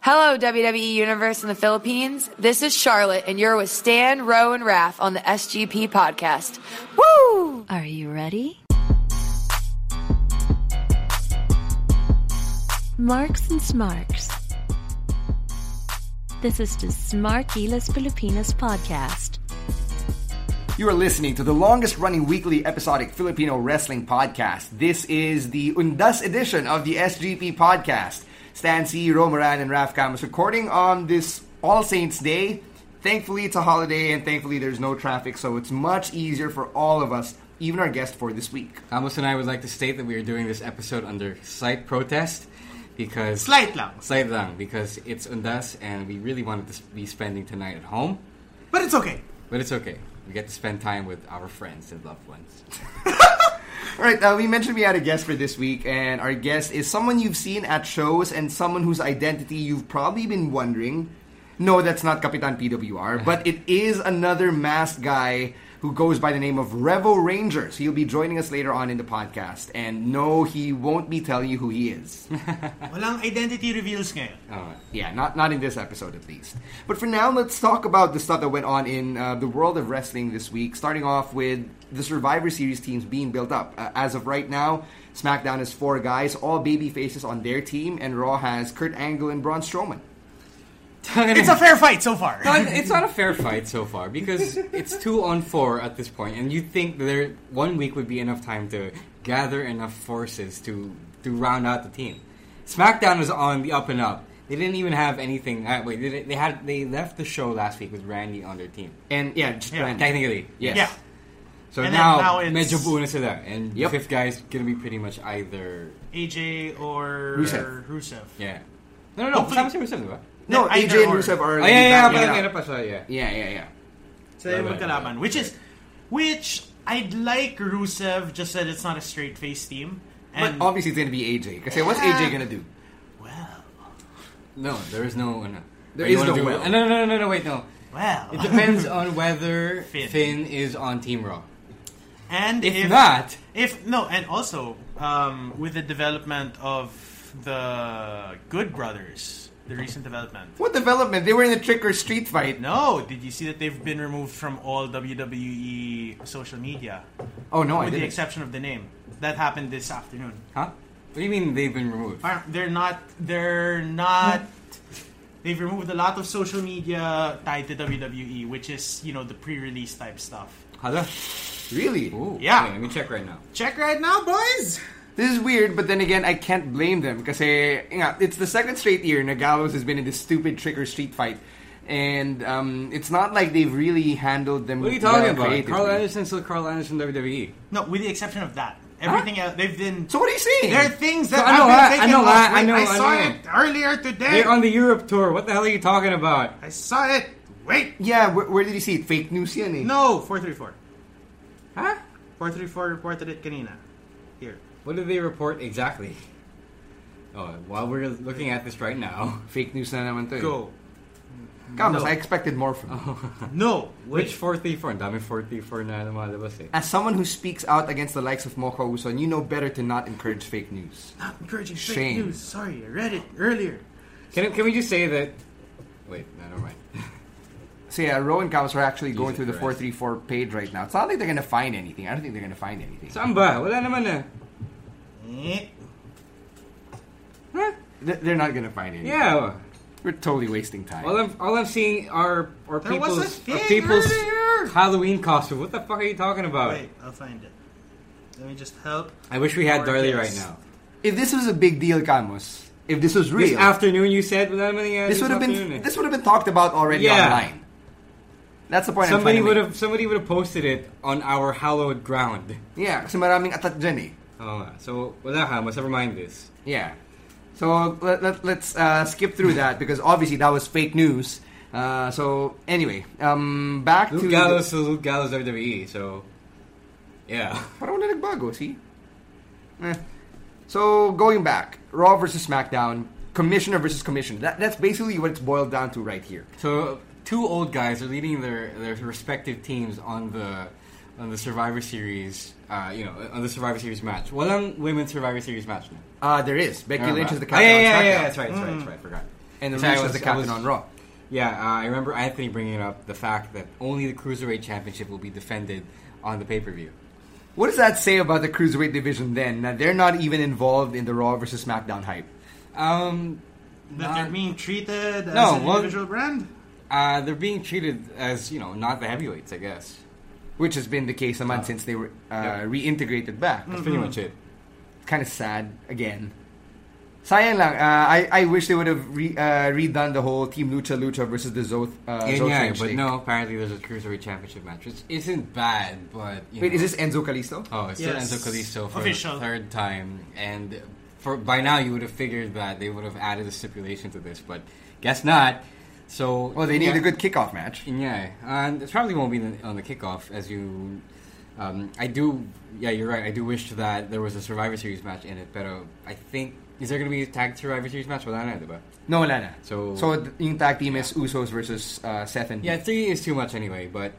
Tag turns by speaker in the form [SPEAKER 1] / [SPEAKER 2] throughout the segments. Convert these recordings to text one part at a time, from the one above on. [SPEAKER 1] Hello, WWE Universe in the Philippines. This is Charlotte, and you're with Stan, Rowe, and Raph on the SGP podcast. Woo!
[SPEAKER 2] Are you ready?
[SPEAKER 3] Marks and Smarks. This is the Smarkilas Filipinas podcast.
[SPEAKER 4] You are listening to the longest running weekly episodic Filipino wrestling podcast. This is the Undas edition of the SGP podcast. Stan C, Romaran, and Raf Camus recording on this All Saints Day. Thankfully, it's a holiday, and thankfully, there's no traffic, so it's much easier for all of us, even our guest for this week.
[SPEAKER 5] Amos and I would like to state that we are doing this episode under slight protest because
[SPEAKER 6] Slight lang.
[SPEAKER 5] slight lang because it's undas and we really wanted to be spending tonight at home,
[SPEAKER 6] But it's okay.
[SPEAKER 5] but it's okay. We get to spend time with our friends and loved ones.
[SPEAKER 4] All right, uh, we mentioned we had a guest for this week, and our guest is someone you've seen at shows and someone whose identity you've probably been wondering. No, that's not Capitan PWR, but it is another masked guy who goes by the name of Revo Rangers. He'll be joining us later on in the podcast, and no, he won't be telling you who he is.
[SPEAKER 6] Walang identity reveals ngayon.
[SPEAKER 4] Yeah, not not in this episode at least. But for now, let's talk about the stuff that went on in uh, the world of wrestling this week. Starting off with the Survivor Series teams being built up. Uh, as of right now, SmackDown has four guys, all baby faces on their team, and Raw has Kurt Angle and Braun Strowman.
[SPEAKER 6] It's a fair fight so far.
[SPEAKER 5] But it's not a fair fight so far because it's two on four at this point, and you'd think there one week would be enough time to gather enough forces to to round out the team. SmackDown was on the up and up. They didn't even have anything. Uh, wait, they, didn't- they had they left the show last week with Randy on their team.
[SPEAKER 4] And yeah, just
[SPEAKER 6] Yeah.
[SPEAKER 4] Randy.
[SPEAKER 5] Technically, yes.
[SPEAKER 6] Yeah.
[SPEAKER 5] So
[SPEAKER 6] And then
[SPEAKER 5] now,
[SPEAKER 6] now it's-
[SPEAKER 5] medyo buo na sila, and
[SPEAKER 4] Yep.
[SPEAKER 5] fifth guy's gonna be pretty much either
[SPEAKER 6] AJ or
[SPEAKER 4] Rusev.
[SPEAKER 5] yeah. No, no, no. Kasama
[SPEAKER 6] Hopefully-
[SPEAKER 5] si Rusev, diba?
[SPEAKER 4] No, AJ
[SPEAKER 6] Either
[SPEAKER 4] and
[SPEAKER 6] or.
[SPEAKER 4] Rusev are.
[SPEAKER 5] Oh, yeah, yeah, yeah.
[SPEAKER 4] back-
[SPEAKER 5] Parang
[SPEAKER 4] yeah.
[SPEAKER 5] ganun pa siya, yeah.
[SPEAKER 4] yeah, yeah, yeah.
[SPEAKER 6] So they
[SPEAKER 5] Right, right,
[SPEAKER 6] magkalaban. Which is, which I'd like Rusev just that it's not a straight face team. And
[SPEAKER 4] But obviously, it's gonna be AJ. Because what's AJ gonna do?
[SPEAKER 6] well,
[SPEAKER 5] No, there is no. Uh,
[SPEAKER 4] There
[SPEAKER 5] you
[SPEAKER 4] is
[SPEAKER 5] wanna
[SPEAKER 4] no
[SPEAKER 5] do-
[SPEAKER 4] well.
[SPEAKER 5] uh, No, no, no, no, no. Wait, no.
[SPEAKER 6] well.
[SPEAKER 5] It depends on whether
[SPEAKER 6] Finn.
[SPEAKER 5] Finn. is on Team Raw.
[SPEAKER 6] and
[SPEAKER 5] If, not,
[SPEAKER 6] If no, and also um, with the development of the Good Brothers, the recent development.
[SPEAKER 4] What development? They were in a trick or street fight.
[SPEAKER 6] No, did you see that they've been removed from all WWE social media,
[SPEAKER 4] Oh no, I
[SPEAKER 6] with the
[SPEAKER 4] didn't.
[SPEAKER 6] exception of the name? That happened this afternoon.
[SPEAKER 5] huh? What do you mean they've been removed?
[SPEAKER 6] Aren't- They're not. They're not. They've removed a lot of social media tied to WWE, which is you know the pre-release type stuff.
[SPEAKER 5] Hala.
[SPEAKER 4] Really?
[SPEAKER 5] Ooh,
[SPEAKER 6] Yeah.
[SPEAKER 5] wait, let me check right now.
[SPEAKER 6] Check right now, boys.
[SPEAKER 4] This is weird, but then again, I can't blame them because it's the second straight year Nagalos has been in this stupid trick or street fight, and um, it's not like they've really handled them.
[SPEAKER 5] What are you talking
[SPEAKER 4] well
[SPEAKER 5] about?
[SPEAKER 4] creatively.
[SPEAKER 5] Carl Anderson's still Carl Anderson WWE.
[SPEAKER 6] No, with the exception of that, everything else they've been.
[SPEAKER 4] So what are you saying?
[SPEAKER 6] There are things that
[SPEAKER 5] So I know
[SPEAKER 6] have
[SPEAKER 5] that, I
[SPEAKER 6] been taken
[SPEAKER 5] know
[SPEAKER 6] off.
[SPEAKER 5] that, I
[SPEAKER 6] Wait,
[SPEAKER 5] know,
[SPEAKER 6] I
[SPEAKER 5] I
[SPEAKER 6] saw
[SPEAKER 5] know.
[SPEAKER 6] it earlier today.
[SPEAKER 5] They're on the Europe tour. What the hell are you talking about?
[SPEAKER 6] I saw it. Wait.
[SPEAKER 4] yeah, where, where did you see it? Fake news, yan eh.
[SPEAKER 6] No, four three four.
[SPEAKER 5] Huh?
[SPEAKER 6] Four three four reported it kanina. Here.
[SPEAKER 5] What did they report exactly? Oh, while we're looking at this right now,
[SPEAKER 4] Fake news na naman to. eh.
[SPEAKER 6] Go.
[SPEAKER 4] Kamus,
[SPEAKER 6] No.
[SPEAKER 4] I expected more from you.
[SPEAKER 5] Oh.
[SPEAKER 6] No. Wait.
[SPEAKER 5] which 434? Ang dami 434 na lumalabas eh.
[SPEAKER 4] As someone who speaks out against the likes of Moko Uson, you know better to not encourage fake news.
[SPEAKER 6] Not encouraging fake
[SPEAKER 4] Shame.
[SPEAKER 6] news. Sorry, I read it earlier.
[SPEAKER 5] Can, can we just say that? Wait, no, never mind.
[SPEAKER 4] So yeah, Row and Kamus are actually going
[SPEAKER 5] Jesus
[SPEAKER 4] through the
[SPEAKER 5] Christ.
[SPEAKER 4] 434 page right now. It's not like they're going to find anything. I don't think they're going to find anything.
[SPEAKER 5] Samba, wala naman na.
[SPEAKER 6] Eh.
[SPEAKER 5] Huh?
[SPEAKER 4] Th- They're not going to find anything.
[SPEAKER 5] Yeah.
[SPEAKER 4] We're totally wasting time.
[SPEAKER 5] All I'm all I'm seeing are are
[SPEAKER 6] There
[SPEAKER 5] people's
[SPEAKER 6] was a
[SPEAKER 5] are
[SPEAKER 6] thing
[SPEAKER 5] people's
[SPEAKER 6] earlier.
[SPEAKER 5] Halloween costume. What the fuck are you talking about?
[SPEAKER 6] Wait, I'll find it. Let me just help.
[SPEAKER 5] I wish we had
[SPEAKER 6] our
[SPEAKER 5] Darley right
[SPEAKER 6] guest.
[SPEAKER 5] now.
[SPEAKER 4] If this was a big deal, Camus, if this was real,
[SPEAKER 5] This
[SPEAKER 4] this,
[SPEAKER 5] afternoon you said without any uh,
[SPEAKER 4] would have
[SPEAKER 5] afternoon, eh.
[SPEAKER 4] been this would have been talked about already
[SPEAKER 5] Yeah.
[SPEAKER 4] online. That's the point.
[SPEAKER 5] somebody
[SPEAKER 4] I'm
[SPEAKER 5] would have somebody would have posted it on our hallowed ground.
[SPEAKER 4] Yeah, kasi maraming atat dyan eh.
[SPEAKER 5] Oh, so wala ka, mas never mind this.
[SPEAKER 4] Yeah. So let, let, let's uh, skip through that because obviously that was fake news. Uh, so anyway, um, back to
[SPEAKER 5] Luke Gallows to Luke Gallows WWE. E, So, yeah.
[SPEAKER 4] Parang wala nagbago, see? Eh. So, going back, Raw versus SmackDown, Commissioner versus Commissioner. That, that's basically what it's boiled down to right here.
[SPEAKER 5] So two old guys are leading their, their respective teams on the on the Survivor Series, uh, you know, on the Survivor Series match. Walang women's Survivor Series match. na.
[SPEAKER 4] Uh, there is. Becky
[SPEAKER 5] Remember
[SPEAKER 4] Lynch
[SPEAKER 5] that?
[SPEAKER 4] is the
[SPEAKER 5] Ah,
[SPEAKER 4] captain
[SPEAKER 5] yeah, yeah,
[SPEAKER 4] on SmackDown. Mm.
[SPEAKER 5] yeah, that's right, that's right, that's right. I forgot.
[SPEAKER 4] And the
[SPEAKER 5] Sorry, I
[SPEAKER 4] Luch was the
[SPEAKER 5] was- I
[SPEAKER 4] captain
[SPEAKER 5] was-
[SPEAKER 4] on Raw.
[SPEAKER 5] Yeah, uh, I remember Anthony bringing up the fact that only the Cruiserweight Championship will be defended on the pay per view.
[SPEAKER 4] What does that say about the Cruiserweight division then? Now, they're not even involved in the Raw versus SmackDown hype.
[SPEAKER 5] Um,
[SPEAKER 6] That they're being treated as
[SPEAKER 5] No,
[SPEAKER 6] an
[SPEAKER 5] well-
[SPEAKER 6] individual brand.
[SPEAKER 5] uh, they're being treated as you know not the heavyweights, I guess.
[SPEAKER 4] Which has been the case a month since they were uh,
[SPEAKER 5] Oh. Yeah. Mm-hmm.
[SPEAKER 4] reintegrated back.
[SPEAKER 5] That's pretty much it.
[SPEAKER 4] kind of sad again. Sayang lang. Uh, I I wish they would have re, uh, redone the whole Team Lucha Lucha versus the Zoth. Uh,
[SPEAKER 5] Yeah,
[SPEAKER 4] Zoth
[SPEAKER 5] yeah,
[SPEAKER 4] Ranch
[SPEAKER 5] but
[SPEAKER 4] thing.
[SPEAKER 5] no. Apparently, there's a cruiserweight championship match, which isn't bad, but you
[SPEAKER 4] Wait,
[SPEAKER 5] know.
[SPEAKER 4] is this Enzo Calisto?
[SPEAKER 5] Oh, it's
[SPEAKER 6] Yes.
[SPEAKER 5] still Enzo Kalisto for
[SPEAKER 6] Official.
[SPEAKER 5] the third time, and for by now you would have figured that they would have added a stipulation to this, but guess not. So,
[SPEAKER 4] Well, Oh, they need a
[SPEAKER 5] yeah.
[SPEAKER 4] good kickoff match.
[SPEAKER 5] Yeah, and it probably won't be in the- on the kickoff as you. Um, I do. Yeah, you're right. I do wish that there was a Survivor Series match in it, but uh, I think is there going to be a tag Survivor Series match? Wala na, diba?
[SPEAKER 4] No, wala na.
[SPEAKER 5] So-
[SPEAKER 4] so th- yung tag team is Usos versus uh, Seth and
[SPEAKER 5] Yeah, three is too much anyway, but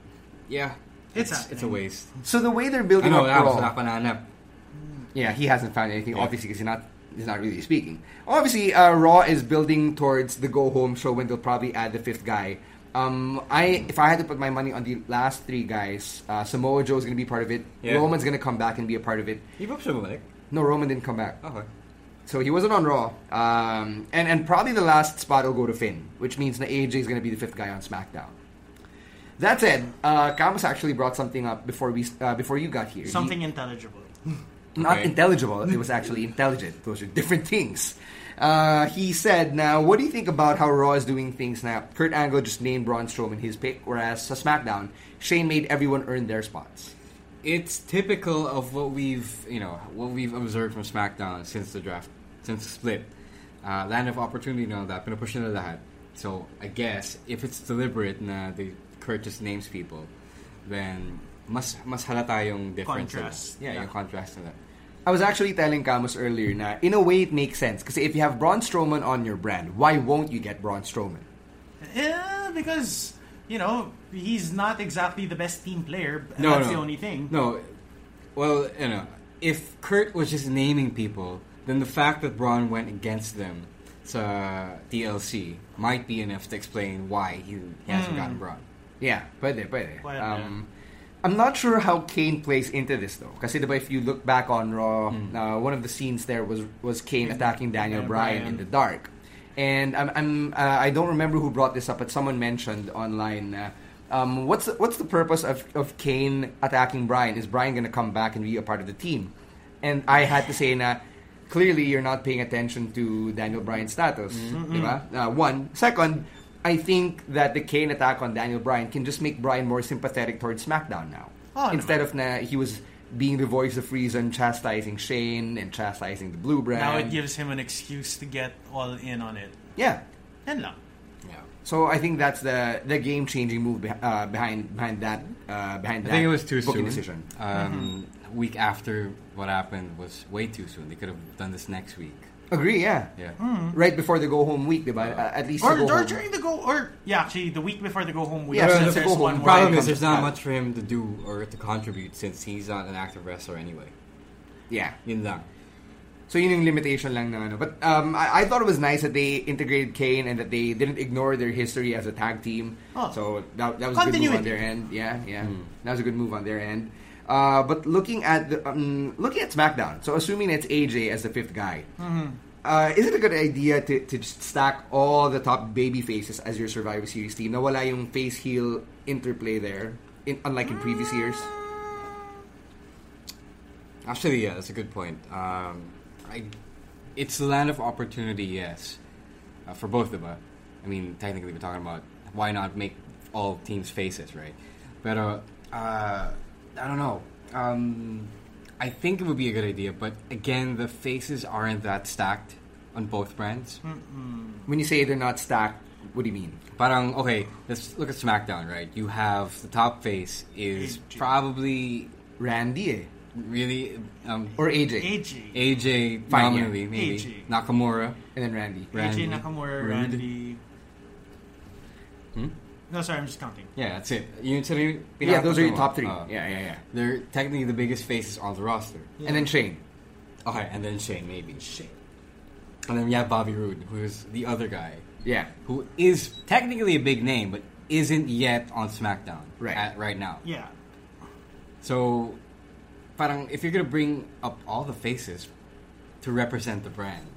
[SPEAKER 5] yeah,
[SPEAKER 6] It's
[SPEAKER 5] it's, it's a
[SPEAKER 6] happening.
[SPEAKER 5] waste.
[SPEAKER 4] So the way they're
[SPEAKER 5] I
[SPEAKER 4] building
[SPEAKER 5] know
[SPEAKER 4] up
[SPEAKER 5] that was
[SPEAKER 4] Raw,
[SPEAKER 5] napananap.
[SPEAKER 4] yeah, he hasn't found anything obviously because he's not he's not really speaking. Obviously, uh, Raw is building towards the go home show when they'll probably add the fifth guy. Um, I if I had to put my money on the last three guys, uh, Samoa Joe's going to be part of it.
[SPEAKER 5] Yeah.
[SPEAKER 4] Roman's going to come back and be a part of it.
[SPEAKER 5] You booked Shumalik.
[SPEAKER 4] No, Roman didn't come back,
[SPEAKER 5] Okay.
[SPEAKER 4] so he wasn't on Raw. Um, and and probably the last spot will go to Finn, which means that AJ is going to be the fifth guy on SmackDown. That said, uh, Camus actually brought something up before we uh, before you got here. He-
[SPEAKER 6] Something intelligible.
[SPEAKER 4] not
[SPEAKER 5] Okay.
[SPEAKER 4] intelligible. It was actually intelligent. Those are different things. Uh, he said, "Now, what do you think about how Raw is doing things now? Kurt Angle just named Braun Strowman his pick, whereas uh, SmackDown, Shane made everyone earn their spots."
[SPEAKER 5] it's typical of what we've you know what we've observed from SmackDown since the draft since the split. Uh, land of opportunity and all that, pero push nila lahat. So I guess if it's deliberate na they Kurt just names people, then mas mas halata yung difference. nila.
[SPEAKER 6] Contrast.
[SPEAKER 5] Yeah,
[SPEAKER 6] Yeah.
[SPEAKER 5] yung contrast nila.
[SPEAKER 4] I was actually telling Camus earlier na in a way it makes sense because if you have Braun Strowman on your brand, why won't you get Braun Strowman?
[SPEAKER 6] Yeah, because you know he's not exactly the best team player. but
[SPEAKER 5] No, no.
[SPEAKER 6] that's the only thing.
[SPEAKER 5] No, well, you know, if Kurt was just naming people, then the fact that Braun went against them sa DLC might be enough to explain why he, he hasn't
[SPEAKER 6] Hmm.
[SPEAKER 5] gotten Braun.
[SPEAKER 4] Yeah, pwede, pwede.
[SPEAKER 6] Pwede.
[SPEAKER 4] Um, I'm not sure how Kane plays into this though. Kasi diba, if you look back on Raw, uh, one of the scenes there was was Kane attacking Daniel
[SPEAKER 6] Daniel
[SPEAKER 4] Bryan in
[SPEAKER 6] Bryan.
[SPEAKER 4] the dark. And I'm, I'm uh, I don't remember who brought this up, but someone mentioned online. Uh, um, what's the, what's the purpose of, of Kane attacking Bryan? Is Bryan going to come back and be a part of the team? And I had to say na clearly you're not paying attention to Daniel Bryan's status,
[SPEAKER 6] Mm-hmm.
[SPEAKER 4] diba? Uh, one. Second, I think that the Kane attack on Daniel Bryan can just make Bryan more sympathetic towards SmackDown now.
[SPEAKER 6] Oh,
[SPEAKER 4] Instead of na he was being the voice of reason, chastising Shane and chastising the Blue Brand.
[SPEAKER 6] Now it gives him an excuse to get all in on it.
[SPEAKER 4] yeah.
[SPEAKER 6] And lang.
[SPEAKER 5] Yeah.
[SPEAKER 4] So I think that's the the game changing move beh uh, behind behind that uh, behind
[SPEAKER 5] I
[SPEAKER 4] that
[SPEAKER 5] think it was too
[SPEAKER 4] booking
[SPEAKER 5] soon.
[SPEAKER 4] decision.
[SPEAKER 5] Um, Week after what happened was way too soon. They could have done this next week.
[SPEAKER 4] Agree, yeah,
[SPEAKER 5] Yeah.
[SPEAKER 4] Right before the go home week, diba? Uh, at least
[SPEAKER 6] Or,
[SPEAKER 4] the go
[SPEAKER 6] or
[SPEAKER 4] home.
[SPEAKER 6] during the go, or yeah, actually the week before the go home week.
[SPEAKER 4] Yeah,
[SPEAKER 6] since
[SPEAKER 4] so the
[SPEAKER 6] there's
[SPEAKER 4] go home
[SPEAKER 6] one
[SPEAKER 4] week.
[SPEAKER 6] more
[SPEAKER 5] Problem
[SPEAKER 4] Right.
[SPEAKER 5] is, there's
[SPEAKER 4] Yeah.
[SPEAKER 5] not much for him to do or to contribute since he's not an active wrestler anyway.
[SPEAKER 4] yeah.
[SPEAKER 5] Yun lang.
[SPEAKER 4] So yun yung limitation lang ng ano. But um, I, I thought it was nice that they integrated Kane and that they didn't ignore their history as a tag team.
[SPEAKER 6] Oh.
[SPEAKER 4] So that, that was a good move on
[SPEAKER 6] Continuity.
[SPEAKER 4] their end. Yeah, yeah. That was a good move on their end. Uh, but looking at the, um, looking at SmackDown, so assuming it's AJ as the fifth guy,
[SPEAKER 6] Mm-hmm.
[SPEAKER 4] uh, is it a good idea to, to just stack all the top baby faces as your Survivor Series team? Na wala yung face heel interplay there, in, unlike in previous years.
[SPEAKER 5] Actually, yeah, that's a good point. Um, I, it's the land of opportunity, yes, uh, for both of us. I mean, technically, we're talking about why not make all teams faces, right? But uh, uh, I don't know. Um, I think it would be a good idea, but again, the faces aren't that stacked. on both brands?
[SPEAKER 4] When you say they're not
[SPEAKER 6] Ah.
[SPEAKER 4] stacked, what do you mean?
[SPEAKER 5] Parang um, okay, let's look at SmackDown, right? You have the top face is
[SPEAKER 6] AJ.
[SPEAKER 5] probably
[SPEAKER 4] Randy eh?
[SPEAKER 5] really um,
[SPEAKER 4] or AJ.
[SPEAKER 6] AJ.
[SPEAKER 5] AJ
[SPEAKER 4] Fine, yeah.
[SPEAKER 5] nominally maybe
[SPEAKER 6] AJ.
[SPEAKER 5] Nakamura.
[SPEAKER 4] and then Randy.
[SPEAKER 5] Randy. Hmm?
[SPEAKER 6] AJ Nakamura,
[SPEAKER 5] Rude.
[SPEAKER 6] Randy. No, sorry, I'm just counting.
[SPEAKER 5] Yeah, that's it. You consider
[SPEAKER 4] Yeah, those are your top three. yeah, yeah, yeah.
[SPEAKER 5] They're technically the biggest faces on the roster.
[SPEAKER 4] And then Shane.
[SPEAKER 5] Okay, and then Shane maybe. Shane. And then you have Bobby Roode, who is the other guy,
[SPEAKER 4] Yeah.
[SPEAKER 5] who is technically a big name, but isn't yet on SmackDown
[SPEAKER 4] Right.
[SPEAKER 5] at, right now.
[SPEAKER 6] Yeah.
[SPEAKER 5] So, parang if you're gonna bring up all the faces to represent the brand,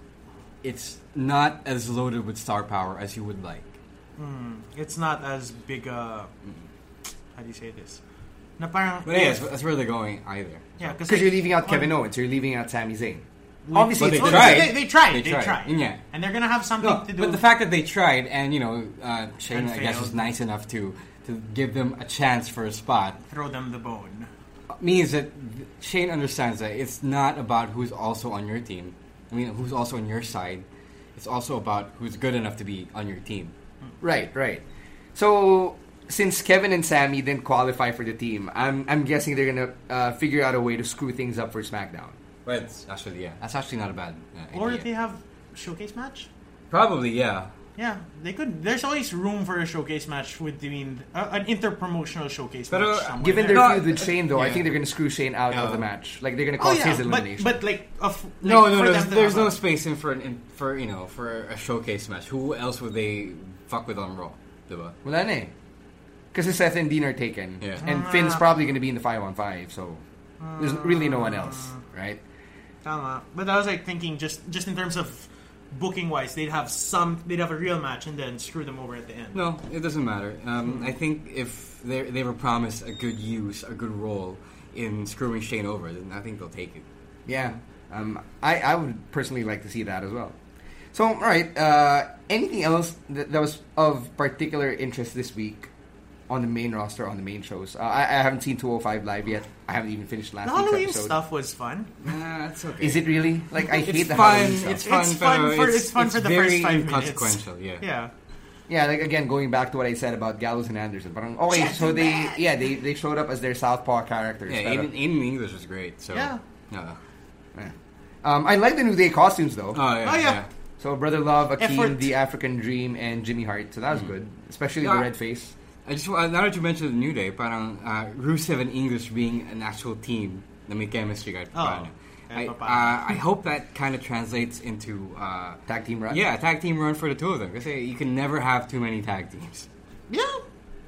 [SPEAKER 5] it's not as loaded with star power as you would like.
[SPEAKER 6] It's not as big a. How do you say this? Na parang.
[SPEAKER 5] But yes, that's where they're going either.
[SPEAKER 6] yeah,
[SPEAKER 4] Because
[SPEAKER 6] like,
[SPEAKER 4] you're leaving out
[SPEAKER 6] on-
[SPEAKER 4] Kevin Owens, Oh, you're leaving out Sami Zayn.
[SPEAKER 5] But
[SPEAKER 4] Obviously,
[SPEAKER 5] they
[SPEAKER 4] it's
[SPEAKER 6] Well,
[SPEAKER 4] not-
[SPEAKER 5] tried.
[SPEAKER 6] They, they tried.
[SPEAKER 5] They
[SPEAKER 6] They,
[SPEAKER 5] tried.
[SPEAKER 6] tried.
[SPEAKER 5] Yeah.
[SPEAKER 6] And they're gonna have something
[SPEAKER 5] No,
[SPEAKER 6] to do.
[SPEAKER 5] but the fact that they tried, and you know, uh, Shane
[SPEAKER 6] And
[SPEAKER 5] I guess
[SPEAKER 6] failed.
[SPEAKER 5] was nice enough to to give them a chance for a spot
[SPEAKER 6] throw them the bone.
[SPEAKER 5] means that th- Shane understands that it's not about who's also on your team. I mean, who's also on your side. It's also about who's good enough to be on your team.
[SPEAKER 4] Right, right. So since Kevin and Sammy didn't qualify for the team, I'm I'm guessing they're gonna uh, figure out a way to screw things up for SmackDown.
[SPEAKER 5] But it's actually, yeah, that's actually not a bad uh,
[SPEAKER 6] Or
[SPEAKER 5] idea.
[SPEAKER 6] they have showcase match.
[SPEAKER 5] Probably, yeah.
[SPEAKER 6] Yeah, they could. There's always room for a showcase match with, I mean, uh, an interpromotional showcase
[SPEAKER 5] Pero,
[SPEAKER 6] match. somewhere
[SPEAKER 4] Given their
[SPEAKER 6] there.
[SPEAKER 5] No,
[SPEAKER 4] feud with Shane, though, I
[SPEAKER 5] yeah.
[SPEAKER 4] think they're gonna screw Shane out of
[SPEAKER 5] Yeah.
[SPEAKER 4] the match. Like they're gonna
[SPEAKER 6] oh
[SPEAKER 4] cause
[SPEAKER 6] yeah,
[SPEAKER 4] his elimination.
[SPEAKER 6] but but like, of, like
[SPEAKER 5] No, no,
[SPEAKER 6] for
[SPEAKER 5] there's,
[SPEAKER 6] them to
[SPEAKER 5] there's
[SPEAKER 6] have
[SPEAKER 5] no
[SPEAKER 6] a-
[SPEAKER 5] space in for an, in, for you know for a showcase match. Who else would they fuck with on Raw, diba?
[SPEAKER 4] Wala na eh. Kasi Seth and Dean are taken.
[SPEAKER 5] Yeah.
[SPEAKER 4] And Finn's probably going to be in the 5 on 5, so there's really no one else, right?
[SPEAKER 6] Tama. But I was like thinking just just in terms of booking wise, they'd have some they'd have a real match and then screw them over at the end.
[SPEAKER 5] No, it doesn't matter. Um, I think if they they were promised a good use, a good role in screwing Shane over, then I think they'll take it.
[SPEAKER 4] Yeah. Um, I, I would personally like to see that as well. So, all right. Uh, anything else that, that was of particular interest this week on the main roster, on the main shows? Uh, I, I haven't seen 205 Live yet. I haven't even finished last
[SPEAKER 6] The
[SPEAKER 4] week's
[SPEAKER 6] Halloween
[SPEAKER 4] episode.
[SPEAKER 6] stuff was fun.
[SPEAKER 5] Nah, it's okay.
[SPEAKER 4] Is it really? Like, I
[SPEAKER 5] It's
[SPEAKER 4] hate the
[SPEAKER 5] fun.
[SPEAKER 4] Halloween stuff.
[SPEAKER 5] It's fun,
[SPEAKER 6] it's
[SPEAKER 5] pero
[SPEAKER 6] fun for
[SPEAKER 5] it's-
[SPEAKER 6] it's, fun
[SPEAKER 5] it's
[SPEAKER 6] for the
[SPEAKER 5] very
[SPEAKER 6] first five
[SPEAKER 5] inconsequential,
[SPEAKER 6] minutes.
[SPEAKER 5] yeah.
[SPEAKER 6] Yeah.
[SPEAKER 4] Yeah, like again, going back to what I said about Gallows and Anderson. But okay, so they yeah they, they showed up as their Southpaw characters.
[SPEAKER 5] Yeah,
[SPEAKER 4] that are-
[SPEAKER 5] Aiden, Aiden English is great. So
[SPEAKER 6] Yeah.
[SPEAKER 5] No.
[SPEAKER 4] yeah. Um, I like the New Day costumes though.
[SPEAKER 5] Oh yeah.
[SPEAKER 6] Oh, yeah.
[SPEAKER 5] yeah.
[SPEAKER 4] so Brother Love, Akeem,
[SPEAKER 6] Effort.
[SPEAKER 4] the African Dream, and Jimmy Hart. So that was good, especially
[SPEAKER 5] Yeah.
[SPEAKER 4] the red face.
[SPEAKER 5] I just wa- now that you mentioned the New Day, parang uh, Rusev and English being an actual team, na may chemistry kahit paano. I,
[SPEAKER 6] Oh, kahit papaano.
[SPEAKER 5] uh, I hope that kind of translates into uh,
[SPEAKER 4] Tag team run.
[SPEAKER 5] Yeah, tag team run for the two of them. Because you can never have too many tag teams.
[SPEAKER 6] Yeah.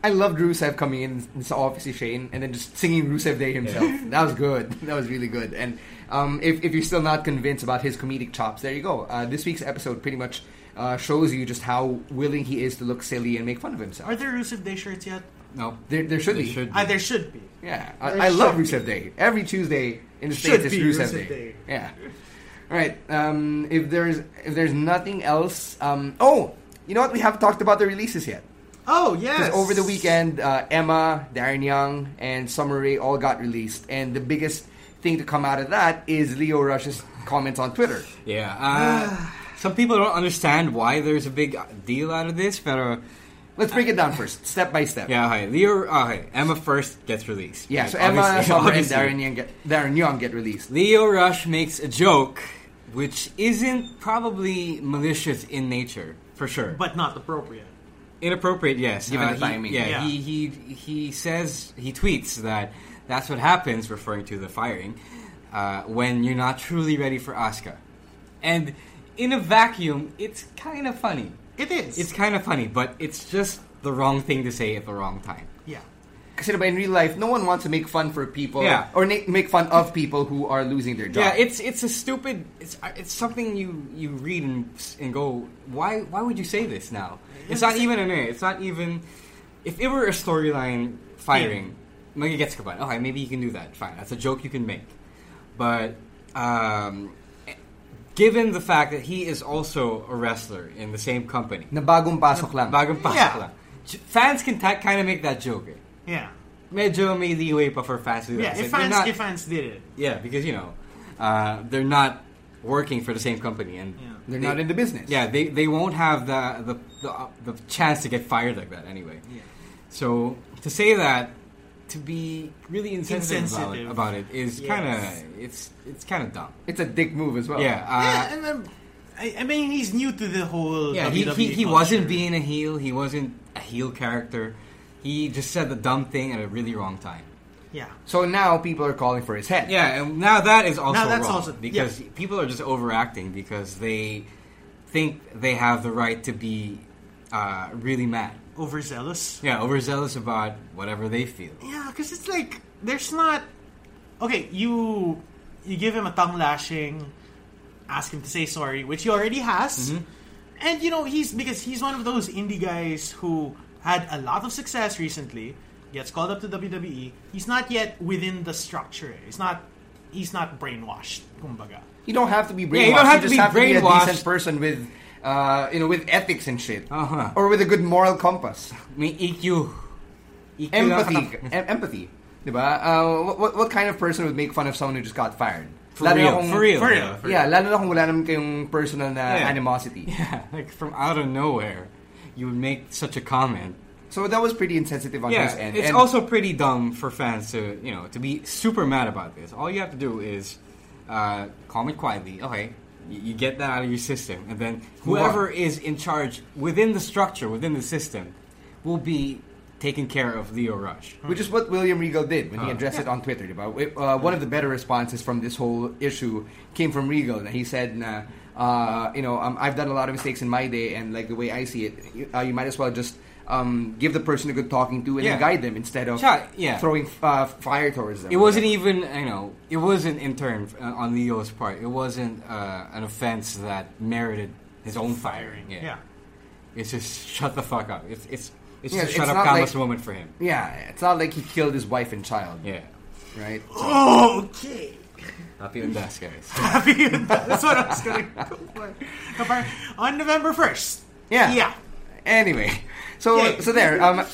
[SPEAKER 4] I loved Rusev coming in and saw obviously Shane, and then just singing Rusev Day himself. that was good. That was really good. And um, if if you're still not convinced about his comedic chops, there you go. Uh, this week's episode pretty much uh, shows you just how willing he is to look silly and make fun of himself.
[SPEAKER 6] Are there Rusev Day shirts yet?
[SPEAKER 5] No,
[SPEAKER 4] There- there should
[SPEAKER 5] There
[SPEAKER 4] be.
[SPEAKER 6] Ah, there should be.
[SPEAKER 4] Yeah, I,
[SPEAKER 6] There
[SPEAKER 4] I love
[SPEAKER 6] should
[SPEAKER 4] Rusev Day. Every Tuesday in the
[SPEAKER 6] Should
[SPEAKER 4] states, it's
[SPEAKER 6] be
[SPEAKER 4] Rusev,
[SPEAKER 6] Rusev
[SPEAKER 4] Day.
[SPEAKER 6] Day.
[SPEAKER 4] Yeah. All right. Um, if there's if there's nothing else, um, oh, you know what? We haven't talked about the releases yet.
[SPEAKER 6] Oh
[SPEAKER 4] 'Cause
[SPEAKER 6] yes.
[SPEAKER 4] over the weekend, uh, Emma, Darren Young, and Summer Rae all got released, and the biggest thing to come out of that is Leo Rush's comments on Twitter.
[SPEAKER 5] Yeah. Uh, some people don't understand why there's a big deal out of this, but
[SPEAKER 4] Let's break it down first, step by step.
[SPEAKER 5] yeah, okay. Leo, okay. Emma first gets released.
[SPEAKER 4] Yeah.
[SPEAKER 5] Like,
[SPEAKER 4] So Emma,
[SPEAKER 5] obviously-
[SPEAKER 4] Summer, and
[SPEAKER 5] obviously.
[SPEAKER 4] Darren Young, get, Darren Young get released.
[SPEAKER 5] Leo Rush makes a joke, which isn't probably malicious in nature, for sure.
[SPEAKER 6] but not appropriate.
[SPEAKER 5] inappropriate, yes. Uh,
[SPEAKER 4] Given the
[SPEAKER 5] he-
[SPEAKER 4] timing.
[SPEAKER 5] yeah,
[SPEAKER 6] Yeah.
[SPEAKER 5] He, he he says he tweets that that's what happens, referring to the firing, uh, when you're not truly ready for Asuka. And in a vacuum, it's kind of funny.
[SPEAKER 6] It is.
[SPEAKER 5] It's kind of funny, but it's just the wrong thing to say at the wrong time.
[SPEAKER 6] yeah.
[SPEAKER 4] Kasi diba, in real life, no one wants to make fun for people
[SPEAKER 5] Yeah.
[SPEAKER 4] or na- make fun of people who are losing their job.
[SPEAKER 5] Yeah, it's it's a stupid. It's uh, it's something you you read and, and go, why why would you say this now? It's not even an air. It's not even. If it were a storyline firing, yeah. gets kapan. Okay, maybe you can do that. Fine, that's a joke you can make. But um, given the fact that he is also a wrestler in the same company,
[SPEAKER 4] na bagong pasok lang.
[SPEAKER 5] bagong pasok
[SPEAKER 6] Yeah.
[SPEAKER 5] lang, j- fans can ta- kind of make that joke. Eh.
[SPEAKER 6] Yeah.
[SPEAKER 5] Medyo may leeway pa for fans to do that.
[SPEAKER 6] Yeah.
[SPEAKER 5] It's
[SPEAKER 6] If
[SPEAKER 5] like,
[SPEAKER 6] fans
[SPEAKER 5] they're not-
[SPEAKER 6] if fans did it.
[SPEAKER 5] yeah, because you know, uh, they're not working for the same company, and
[SPEAKER 4] They're not in the business.
[SPEAKER 5] yeah, they they won't have the the the, uh, the chance to get fired like that anyway. So to say that, to be really insensitive,
[SPEAKER 6] Insensitive.
[SPEAKER 5] About, it, about it is
[SPEAKER 6] Yes. Oh.
[SPEAKER 5] kind of it's it's kind of dumb.
[SPEAKER 4] It's a dick move as well.
[SPEAKER 5] Yeah, uh,
[SPEAKER 6] yeah, and then, I, I mean, he's new to the whole.
[SPEAKER 5] Yeah, he,
[SPEAKER 6] WWE
[SPEAKER 5] he, he
[SPEAKER 6] E culture.
[SPEAKER 5] wasn't being a heel. He wasn't a heel character. He just said the dumb thing at a really wrong time.
[SPEAKER 6] Yeah,
[SPEAKER 4] So now people are calling for his head.
[SPEAKER 5] Yeah, and now that is also
[SPEAKER 6] Now that's
[SPEAKER 5] wrong
[SPEAKER 6] also-
[SPEAKER 5] because
[SPEAKER 6] yeah.
[SPEAKER 5] people are just overacting because they think they have the right to be uh, really mad.
[SPEAKER 6] overzealous.
[SPEAKER 5] Yeah, overzealous about whatever they feel.
[SPEAKER 6] Yeah, because it's like there's not. Okay, you you give him a tongue lashing, ask him to say sorry, which he already has, and you know he's because he's one of those indie guys who had a lot of success recently, gets called up to WWE. He's not yet within the structure. He's not he's not brainwashed. Kumbaga.
[SPEAKER 4] You don't have to be brainwashed.
[SPEAKER 5] Yeah, you don't have
[SPEAKER 4] just
[SPEAKER 5] to be
[SPEAKER 4] have to be a
[SPEAKER 5] brainwashed.
[SPEAKER 4] decent person with, uh, you know, with ethics and shit,
[SPEAKER 5] Uh-huh.
[SPEAKER 4] or with a good moral compass.
[SPEAKER 5] May EQ, EQ lang
[SPEAKER 4] empathy,
[SPEAKER 5] katap-
[SPEAKER 4] em- empathy, diba? Uh, what- what, what kind of person would make fun of someone who just got fired?
[SPEAKER 5] For
[SPEAKER 4] Lalo na
[SPEAKER 5] real,
[SPEAKER 4] kung-
[SPEAKER 5] for real,
[SPEAKER 6] for real,
[SPEAKER 5] yeah, for
[SPEAKER 4] yeah, lalo na kung wala naman kayong personal na
[SPEAKER 5] Yeah.
[SPEAKER 4] animosity.
[SPEAKER 5] yeah, like from out of nowhere, you would make such a comment.
[SPEAKER 4] So that was pretty insensitive on his end. And-
[SPEAKER 5] It's also pretty dumb for fans to you know to be super mad about this. All you have to do is uh, calm it quietly. Okay, you, you get that out of your system, and then whoever
[SPEAKER 4] on.
[SPEAKER 5] is in charge within the structure within the system will be taking care of Leo Rush.
[SPEAKER 4] Which is what William Regal did when he
[SPEAKER 5] Ah.
[SPEAKER 4] addressed it on Twitter. Diba? Wi- Uh, one of the better responses from this whole issue came from Regal. Na he said, na, uh, you know, um, I've done a lot of mistakes in my day, and like the way I see it, you, uh, you might as well just um, give the person a good talking to and then
[SPEAKER 5] Yeah.
[SPEAKER 4] guide them instead of
[SPEAKER 5] Siya- yeah.
[SPEAKER 4] throwing uh, fire towards them.
[SPEAKER 5] It wasn't even you know it wasn't in turn uh, on Leo's part. It wasn't uh, an offense that merited his own firing. Yeah.
[SPEAKER 6] Yeah.
[SPEAKER 5] it's just shut the fuck up. It's it's it's
[SPEAKER 4] Yeah,
[SPEAKER 5] just a
[SPEAKER 4] it's
[SPEAKER 5] shut up
[SPEAKER 4] not like-
[SPEAKER 5] Camus moment for him.
[SPEAKER 4] Yeah, it's not like he killed his wife and child,
[SPEAKER 5] e- Yeah.
[SPEAKER 4] right?
[SPEAKER 6] Okay.
[SPEAKER 5] Not the best guys.
[SPEAKER 6] happy. That's what I was going to go for. Kapar- On November 1st.
[SPEAKER 4] Yeah.
[SPEAKER 6] Yeah.
[SPEAKER 4] Anyway, so
[SPEAKER 6] Yay.
[SPEAKER 4] so there. Um, uh,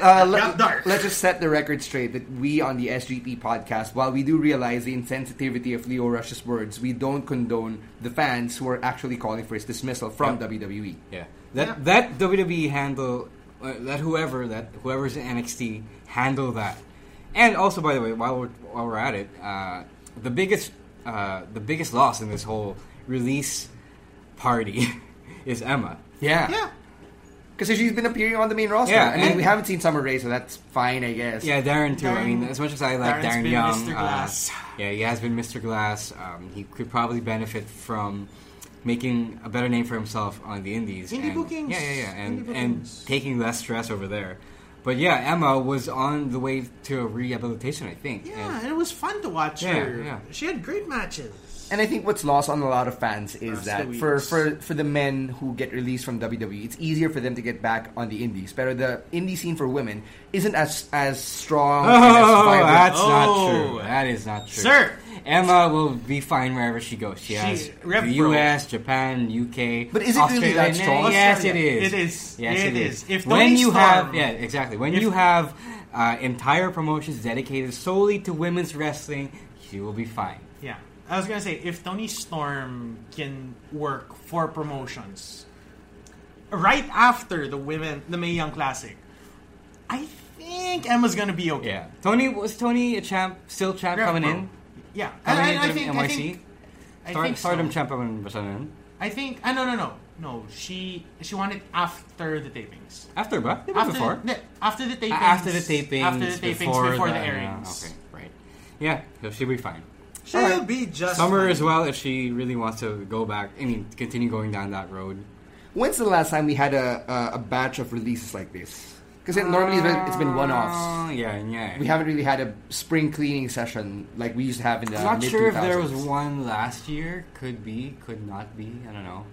[SPEAKER 6] got
[SPEAKER 4] let,
[SPEAKER 6] dark.
[SPEAKER 4] us just set the record straight that we on the SGP podcast, while we do realize the insensitivity of Leo Rush's words, we don't condone the fans who are actually calling for his dismissal from E. WWE.
[SPEAKER 5] Yeah, that that WWE E handle, uh, that whoever that whoever's in NXT handle that. And also, by the way, while we're while we're at it, uh, the biggest uh, the biggest loss in this whole release party is Emma.
[SPEAKER 4] Yeah,
[SPEAKER 6] Yeah.
[SPEAKER 4] because she's been appearing on the main roster.
[SPEAKER 5] Yeah,
[SPEAKER 4] I mean
[SPEAKER 5] and-
[SPEAKER 4] we haven't seen Summer Rae, so that's fine, I guess.
[SPEAKER 5] Yeah, Darren too. I mean, as much as I like
[SPEAKER 6] Darren's
[SPEAKER 5] Darren
[SPEAKER 6] been
[SPEAKER 5] Young,
[SPEAKER 6] Mr.
[SPEAKER 5] uh,
[SPEAKER 6] Glass.
[SPEAKER 5] yeah, he has been Mr. Glass. Um, he could probably benefit from making a better name for himself on the Indies.
[SPEAKER 6] Indie
[SPEAKER 5] and,
[SPEAKER 6] bookings.
[SPEAKER 5] Yeah, yeah, yeah,
[SPEAKER 6] Indie
[SPEAKER 5] and
[SPEAKER 6] bookings.
[SPEAKER 5] and taking less stress over there. But yeah, Emma was on the way to rehabilitation, I think.
[SPEAKER 6] Yeah,
[SPEAKER 5] and-
[SPEAKER 6] and it was fun to watch
[SPEAKER 5] Yeah,
[SPEAKER 6] her.
[SPEAKER 5] yeah.
[SPEAKER 6] She had great matches.
[SPEAKER 4] And I think what's lost on a lot of fans is
[SPEAKER 6] Rest
[SPEAKER 4] that
[SPEAKER 6] of
[SPEAKER 4] for,
[SPEAKER 6] weeks.
[SPEAKER 4] for for the men who get released from WWE, it's easier for them to get back on the indies. But the indie scene for women isn't as as strong. and as
[SPEAKER 5] Oh,
[SPEAKER 4] vibrant.
[SPEAKER 5] that's
[SPEAKER 6] Oh.
[SPEAKER 5] not true. That is not true,
[SPEAKER 6] Sir.
[SPEAKER 5] Emma will be fine wherever she goes. She, has
[SPEAKER 6] rep
[SPEAKER 5] the
[SPEAKER 6] bro.
[SPEAKER 5] U.S., Japan, U.K.
[SPEAKER 4] But is it really that
[SPEAKER 5] Australia.
[SPEAKER 4] strong?
[SPEAKER 5] Yes, it
[SPEAKER 6] Australia.
[SPEAKER 5] is.
[SPEAKER 6] It is.
[SPEAKER 5] Yes,
[SPEAKER 6] It
[SPEAKER 5] it
[SPEAKER 6] is.
[SPEAKER 5] is.
[SPEAKER 6] If
[SPEAKER 5] when
[SPEAKER 6] Tony
[SPEAKER 5] you
[SPEAKER 6] Storm-
[SPEAKER 5] have, yeah, exactly. When
[SPEAKER 6] If-
[SPEAKER 5] you have uh, entire promotions dedicated solely to women's wrestling, she will be fine.
[SPEAKER 6] Yeah. I was going to say, if Tony Storm can work for promotions right after the women, the Mae Young Classic, I think Emma's going to be okay.
[SPEAKER 5] Yeah. Tony was Tony a champ, still champ
[SPEAKER 6] Rep
[SPEAKER 5] coming
[SPEAKER 6] Pro.
[SPEAKER 5] in,
[SPEAKER 6] Yeah. And,
[SPEAKER 5] coming
[SPEAKER 6] and I
[SPEAKER 5] into
[SPEAKER 6] think, I
[SPEAKER 5] NYC.
[SPEAKER 6] think, I
[SPEAKER 5] Star-
[SPEAKER 6] think so.
[SPEAKER 5] Stardom champ coming basta nun.
[SPEAKER 6] I think. Ah, no, no, no, no. She she won it after the tapings.
[SPEAKER 5] after ba? Di ba
[SPEAKER 6] After
[SPEAKER 5] before?
[SPEAKER 6] The, after the tapings.
[SPEAKER 5] A- after the tapings,
[SPEAKER 6] After the tapings before, the,
[SPEAKER 5] yeah,
[SPEAKER 6] airings.
[SPEAKER 5] okay, right. Yeah, so she'll be fine.
[SPEAKER 6] She'll be just
[SPEAKER 5] Summer as well, if she really wants to go back. I mean, continue going down that road.
[SPEAKER 4] When's the last time we had a, a, a batch of releases like this? Because it, normally it's been, it's been one-offs.
[SPEAKER 5] Oh yeah, yeah.
[SPEAKER 4] We haven't really had a spring cleaning session like we used to have in the
[SPEAKER 5] I'm not
[SPEAKER 4] mid
[SPEAKER 5] sure if there was one last year. Could be, could not be. I don't know.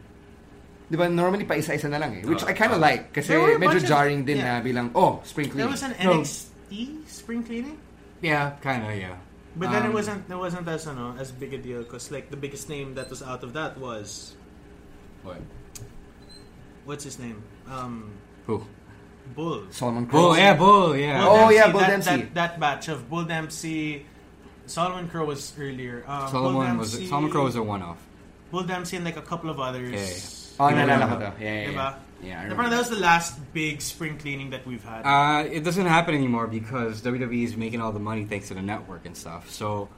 [SPEAKER 4] Diba, normally pa isa-isa na lang eh. Which
[SPEAKER 5] Uh,
[SPEAKER 4] I kind of like kasi
[SPEAKER 6] There were a
[SPEAKER 4] medyo
[SPEAKER 6] bunch of-
[SPEAKER 4] jarring din
[SPEAKER 6] yeah.
[SPEAKER 4] na bilang, oh, spring
[SPEAKER 6] There
[SPEAKER 4] cleaning.
[SPEAKER 6] was an
[SPEAKER 5] No.
[SPEAKER 6] NXT spring cleaning,
[SPEAKER 5] Yeah, kind of. Yeah.
[SPEAKER 6] but then
[SPEAKER 4] Um,
[SPEAKER 6] it wasn't. It wasn't as ano, as big a deal because like the biggest name that was out of that was
[SPEAKER 5] What?
[SPEAKER 6] what's his name? Um,
[SPEAKER 5] Who?
[SPEAKER 6] Bull.
[SPEAKER 4] Solomon
[SPEAKER 5] Bull.
[SPEAKER 4] Crowe.
[SPEAKER 5] Yeah, bull. Yeah.
[SPEAKER 4] Oh, yeah, Bull
[SPEAKER 6] that,
[SPEAKER 4] Dempsey.
[SPEAKER 6] That, that batch of Bull Dempsey. Solomon Crow was earlier. Um, Bull
[SPEAKER 5] Solomon was
[SPEAKER 6] Dempsey-
[SPEAKER 5] Solomon Crow was a one-off.
[SPEAKER 6] Will Dempsey and like a couple of others.
[SPEAKER 5] Yeah, yeah.
[SPEAKER 4] Oh, naalala ko to. Yeah, yeah,
[SPEAKER 6] Diba?
[SPEAKER 4] yeah. Yeah, I
[SPEAKER 6] Na
[SPEAKER 4] remember.
[SPEAKER 6] parang that was the last big spring cleaning that we've had.
[SPEAKER 5] Uh, it doesn't happen anymore because WWE is making all the money thanks to the network and stuff. So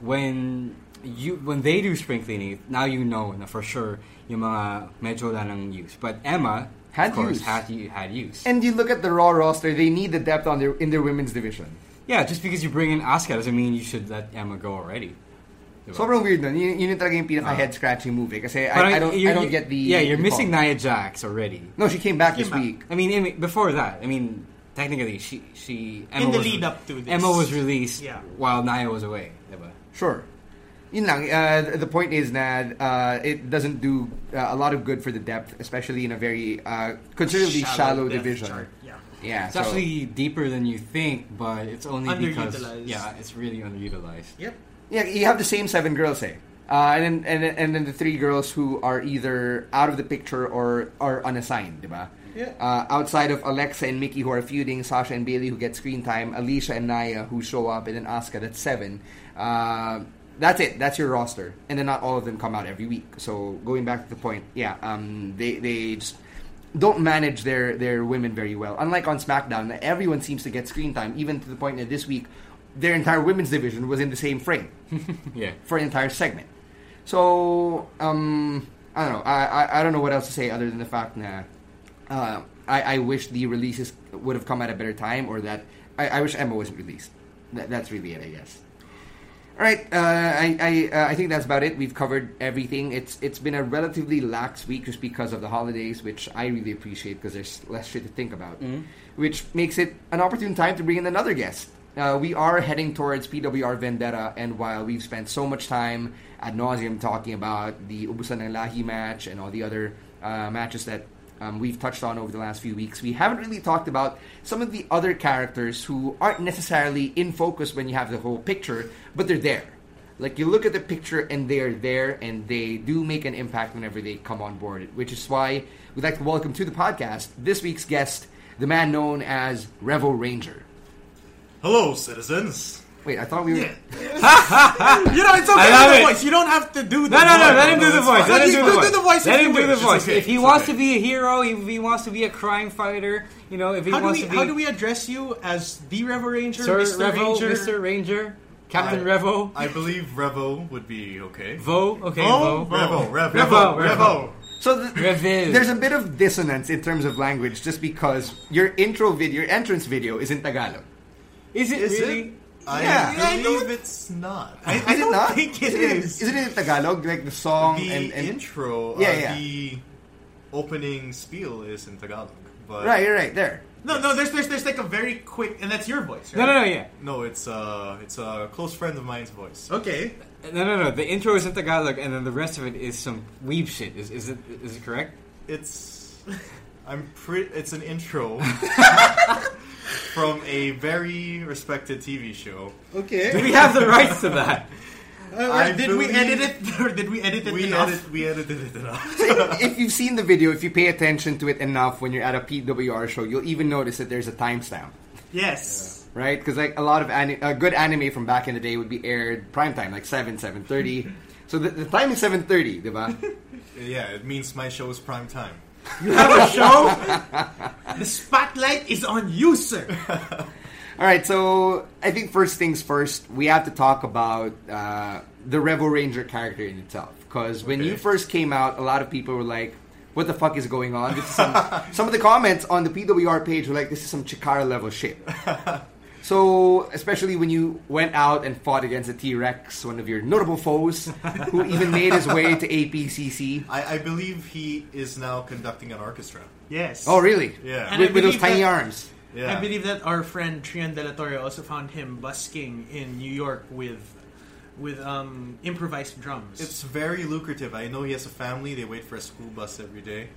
[SPEAKER 5] when you when they do spring cleaning, now you know na for sure yung mga medyo wala nang use. But Emma
[SPEAKER 4] Had
[SPEAKER 5] of course,
[SPEAKER 4] use.
[SPEAKER 5] had u- had use.
[SPEAKER 4] And you look at the Raw roster; they need the depth on their in their women's division.
[SPEAKER 5] yeah, just because you bring in Asuka doesn't mean you should let Emma go already. Diba?
[SPEAKER 4] Sobrang weird nun. Yun, yun yung talaga yung pinaka head scratching move eh. Kasi
[SPEAKER 5] Parang
[SPEAKER 4] I, I don't
[SPEAKER 5] you're-
[SPEAKER 4] I don't get the
[SPEAKER 5] yeah. You're
[SPEAKER 4] the
[SPEAKER 5] missing
[SPEAKER 4] call.
[SPEAKER 5] Nia Jax already.
[SPEAKER 4] No, she came back
[SPEAKER 6] She
[SPEAKER 4] this
[SPEAKER 6] came
[SPEAKER 4] week.
[SPEAKER 5] I mean, Emma- before that, I mean, technically, she she Emma
[SPEAKER 6] the
[SPEAKER 5] was-
[SPEAKER 6] lead up to this.
[SPEAKER 5] Emma was released
[SPEAKER 6] Yeah.
[SPEAKER 5] while Nia was away. diba?
[SPEAKER 4] Sure. Yun lang. Uh, th- the point is that uh, it doesn't do uh, a lot of good for the depth, especially in a very uh, considerably shallow,
[SPEAKER 6] depth
[SPEAKER 4] division.
[SPEAKER 6] chart. Yeah.
[SPEAKER 4] Yeah.
[SPEAKER 5] It's
[SPEAKER 4] so-
[SPEAKER 5] actually deeper than you think, but it's only because
[SPEAKER 6] Underutilized.
[SPEAKER 5] yeah, it's really underutilized.
[SPEAKER 6] Yep.
[SPEAKER 4] Yeah, you have the same seven girls, eh? Uh, and then and, then- and then the three girls who are either out of the picture or are unassigned, diba?
[SPEAKER 6] Yeah.
[SPEAKER 4] Uh, outside of Alexa and Mickey who are feuding, Sasha and Bailey who get screen time, Alicia and Naya who show up, and then Asuka, that's seven. Uh, that's it. That's your roster, and then not all of them come out every week. So going back to the point, yeah, um, they they just don't manage their their women very well. Unlike on SmackDown, everyone seems to get screen time, even to the point that this week their entire women's division was in the same frame
[SPEAKER 5] Yeah.
[SPEAKER 4] for an entire segment. So um, I don't know. I, I I don't know what else to say other than the fact that uh, I I wish the releases would have come at a better time, or that I, I wish Emma wasn't released. That, that's really it, I guess. All right, uh, I I, uh, I think that's about it. We've covered everything. It's it's been a relatively lax week just because of the holidays, which I really appreciate because there's less shit to think about, which makes it an opportune time to bring in another guest. Uh, we are heading towards PWR Vendetta, and while we've spent so much time ad nauseum talking about the Ubusan ng Lahi match and all the other uh, matches that um, we've touched on over the last few weeks. We haven't really talked about some of the other characters who aren't necessarily in focus when you have the whole picture, but they're there. Like you look at the picture and they are there and they do make an impact whenever they come on board, which is why we'd like to welcome to the podcast this week's guest, the man known as Revo Ranger.
[SPEAKER 7] Hello, citizens.
[SPEAKER 4] Wait, I thought we were.
[SPEAKER 7] Yeah. You know, it's okay.
[SPEAKER 5] I love
[SPEAKER 7] do the
[SPEAKER 5] it.
[SPEAKER 7] voice. You don't have to do the
[SPEAKER 5] No, no, no!
[SPEAKER 7] voice.
[SPEAKER 5] Let him do the
[SPEAKER 7] it's
[SPEAKER 5] voice.
[SPEAKER 7] fine.
[SPEAKER 5] Let
[SPEAKER 7] Like,
[SPEAKER 5] him
[SPEAKER 7] you
[SPEAKER 5] do the
[SPEAKER 7] can
[SPEAKER 5] voice.
[SPEAKER 7] voice
[SPEAKER 5] Let
[SPEAKER 7] if
[SPEAKER 5] him
[SPEAKER 7] you
[SPEAKER 5] do the
[SPEAKER 7] wish. It's
[SPEAKER 5] voice.
[SPEAKER 7] okay.
[SPEAKER 5] If he
[SPEAKER 7] It's
[SPEAKER 5] wants
[SPEAKER 7] okay.
[SPEAKER 5] to be a hero, if he wants to be a crime fighter, you know, if he
[SPEAKER 6] How do,
[SPEAKER 5] wants
[SPEAKER 6] we,
[SPEAKER 5] to be
[SPEAKER 6] how do we address you as the Rever Ranger,
[SPEAKER 5] Sir
[SPEAKER 6] Mr.
[SPEAKER 5] Revo,
[SPEAKER 6] Ranger?
[SPEAKER 5] Mr. Ranger, Captain Revo,
[SPEAKER 7] I believe Revo would be okay.
[SPEAKER 5] Vo, okay,
[SPEAKER 7] Oh,
[SPEAKER 5] Vo,
[SPEAKER 7] Revo, Revo,
[SPEAKER 5] Revo,
[SPEAKER 7] Revo,
[SPEAKER 5] Revo.
[SPEAKER 4] So th-
[SPEAKER 5] Revel.
[SPEAKER 4] there's a bit of dissonance in terms of language just because your intro video, your entrance video is in Tagalog.
[SPEAKER 5] Is it
[SPEAKER 7] Is
[SPEAKER 5] really?
[SPEAKER 7] it? I
[SPEAKER 4] Yeah. Yeah, I
[SPEAKER 7] believe it's not. I,
[SPEAKER 4] Is it not?
[SPEAKER 6] think it is.
[SPEAKER 4] Isn't it in Tagalog? Like the song
[SPEAKER 7] the
[SPEAKER 4] and, and
[SPEAKER 7] intro,
[SPEAKER 4] Yeah,
[SPEAKER 7] yeah,
[SPEAKER 4] yeah.
[SPEAKER 7] the opening spiel is in Tagalog, but
[SPEAKER 4] Right, you're right there.
[SPEAKER 6] No, no, there's, there's, there's like a very quick, and that's your voice,
[SPEAKER 5] No,
[SPEAKER 6] right?
[SPEAKER 5] no, no, yeah.
[SPEAKER 7] no, it's uh, it's a close friend of mine's voice.
[SPEAKER 6] Okay.
[SPEAKER 5] No, no, no. The intro is in Tagalog, and then the rest of it is some weeb shit. Is, is it is it correct?
[SPEAKER 7] It's I'm pretty. It's an intro from a very respected TV show.
[SPEAKER 5] Do
[SPEAKER 6] Okay.
[SPEAKER 5] we have the rights to that?
[SPEAKER 4] Uh,
[SPEAKER 7] I
[SPEAKER 6] did we
[SPEAKER 7] believe-
[SPEAKER 6] edit it? Or did we edit it
[SPEAKER 7] We
[SPEAKER 6] enough?
[SPEAKER 7] edit, we edited it enough.
[SPEAKER 4] if you've seen the video, if you pay attention to it enough when you're at a PWR show, you'll even notice that there's a timestamp,
[SPEAKER 6] Yes.
[SPEAKER 4] right? Because like a lot of ani- uh, good anime from back in the day would be aired prime time, like seven, seven thirty. so the, the time is seven thirty, diba?
[SPEAKER 7] yeah, it means my show is prime time.
[SPEAKER 6] You have a show. the spotlight is on you, sir.
[SPEAKER 4] All right, so I think first things first, we have to talk about uh, the Revo Ranger character in itself. Because when you first came out, a lot of people were like, what the fuck is going on? This is some, some of the comments on the PWR page were like, this is some Chikara level shit. so, especially when you went out and fought against a T Rex, one of your notable foes, who even made his way to APCC.
[SPEAKER 7] I, I believe he is now conducting an orchestra.
[SPEAKER 6] Yes.
[SPEAKER 4] Oh, really?
[SPEAKER 7] Yeah.
[SPEAKER 6] And I
[SPEAKER 4] With, with those
[SPEAKER 6] believe
[SPEAKER 4] tiny
[SPEAKER 6] that-
[SPEAKER 4] arms.
[SPEAKER 7] Yeah.
[SPEAKER 6] I believe that our friend Trian De La Torre also found him busking in New York with with um, improvised drums.
[SPEAKER 7] It's very lucrative. I know he has a family. They wait for a school bus every day.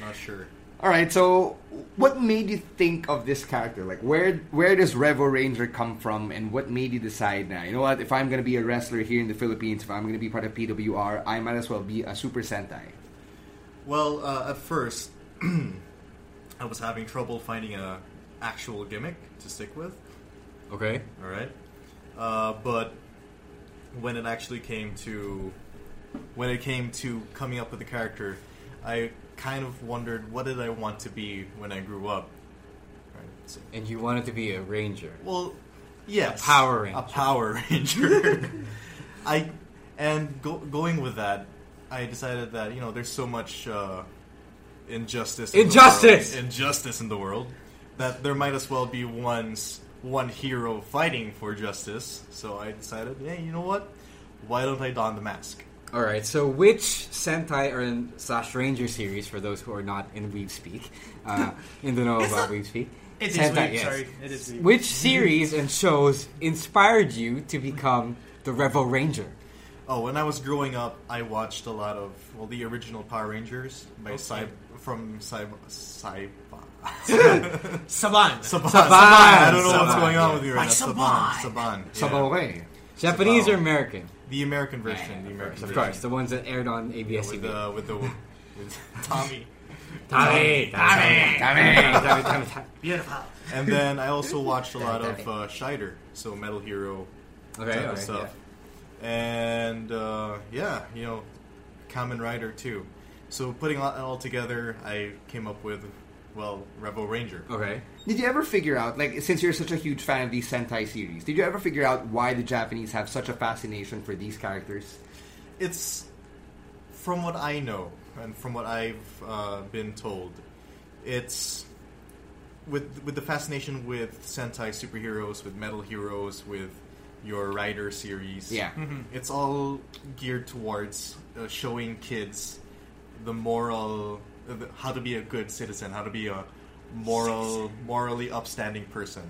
[SPEAKER 7] Not sure.
[SPEAKER 4] All right, so what made you think of this character? Like, where where does Revo Ranger come from, and what made you decide now? You know what? If I'm going to be a wrestler here in the Philippines, if I'm going to be part of PWR, I might as well be a Super Sentai.
[SPEAKER 7] Well, uh, at first, I was having trouble finding a actual gimmick to stick with.
[SPEAKER 5] Okay.
[SPEAKER 7] All right, uh, but when it actually came to when it came to coming up with a character, I kind of wondered what did I want to be when I grew up. Right, so-
[SPEAKER 5] And you wanted to be a ranger.
[SPEAKER 7] well, yes,
[SPEAKER 5] A Power
[SPEAKER 7] a
[SPEAKER 5] Ranger.
[SPEAKER 7] Power Ranger. I and go, going with that, I decided that you know there's so much uh, injustice, in the
[SPEAKER 5] Injustice!
[SPEAKER 7] world, injustice in the world, that there might as well be one's one hero fighting for justice. So I decided, hey, you know what? Why don't I don the mask?
[SPEAKER 5] All right. So, which Sentai or in- slash Ranger series, for those who are not in Weeb speak, uh, in the know about Weeb speak,
[SPEAKER 6] It is
[SPEAKER 5] Sentai,
[SPEAKER 6] Weeb,
[SPEAKER 5] yes.
[SPEAKER 6] sorry. It is Weeb.
[SPEAKER 5] Which series and shows inspired you to become the Revo Ranger?
[SPEAKER 7] Oh, when I was growing up, I watched a lot of well, the original Power Rangers by Cy from Cy Cy.
[SPEAKER 6] Saban.
[SPEAKER 7] Saban.
[SPEAKER 5] Saban.
[SPEAKER 7] I don't know what's
[SPEAKER 5] Saban,
[SPEAKER 7] going on
[SPEAKER 5] yeah.
[SPEAKER 7] with you
[SPEAKER 6] By
[SPEAKER 7] right now.
[SPEAKER 6] Saban.
[SPEAKER 7] Saban. Saban. Yeah.
[SPEAKER 4] Sabaway.
[SPEAKER 5] Japanese or American?
[SPEAKER 7] The American version. the
[SPEAKER 5] of course,
[SPEAKER 7] American
[SPEAKER 5] of
[SPEAKER 7] version.
[SPEAKER 5] course, the ones that aired on ABS
[SPEAKER 7] With
[SPEAKER 5] TV.
[SPEAKER 7] the with the with Tommy.
[SPEAKER 5] Tommy, Tommy, Tommy, Tommy, Tommy, Tommy.
[SPEAKER 6] Beautiful.
[SPEAKER 7] And then I also watched a lot of uh, Scheider, so Metal Hero
[SPEAKER 5] Okay,
[SPEAKER 7] type
[SPEAKER 5] all
[SPEAKER 7] of
[SPEAKER 5] right,
[SPEAKER 7] stuff. And uh, yeah, you know, Common Rider too. So putting all- it all together, I came up with well, Rebel Ranger.
[SPEAKER 5] yeah. Okay.
[SPEAKER 4] Did you ever figure out, like, since you're such a huge fan of these Sentai series, did you ever figure out why the Japanese have such a fascination for these characters?
[SPEAKER 7] It's from what I know and from what I've uh, been told. It's with with the fascination with Sentai superheroes, with metal heroes, with your Rider series.
[SPEAKER 4] Yeah.
[SPEAKER 7] it's all geared towards uh, showing kids the moral, uh, the- how to be a good citizen, how to be a moral, morally upstanding person.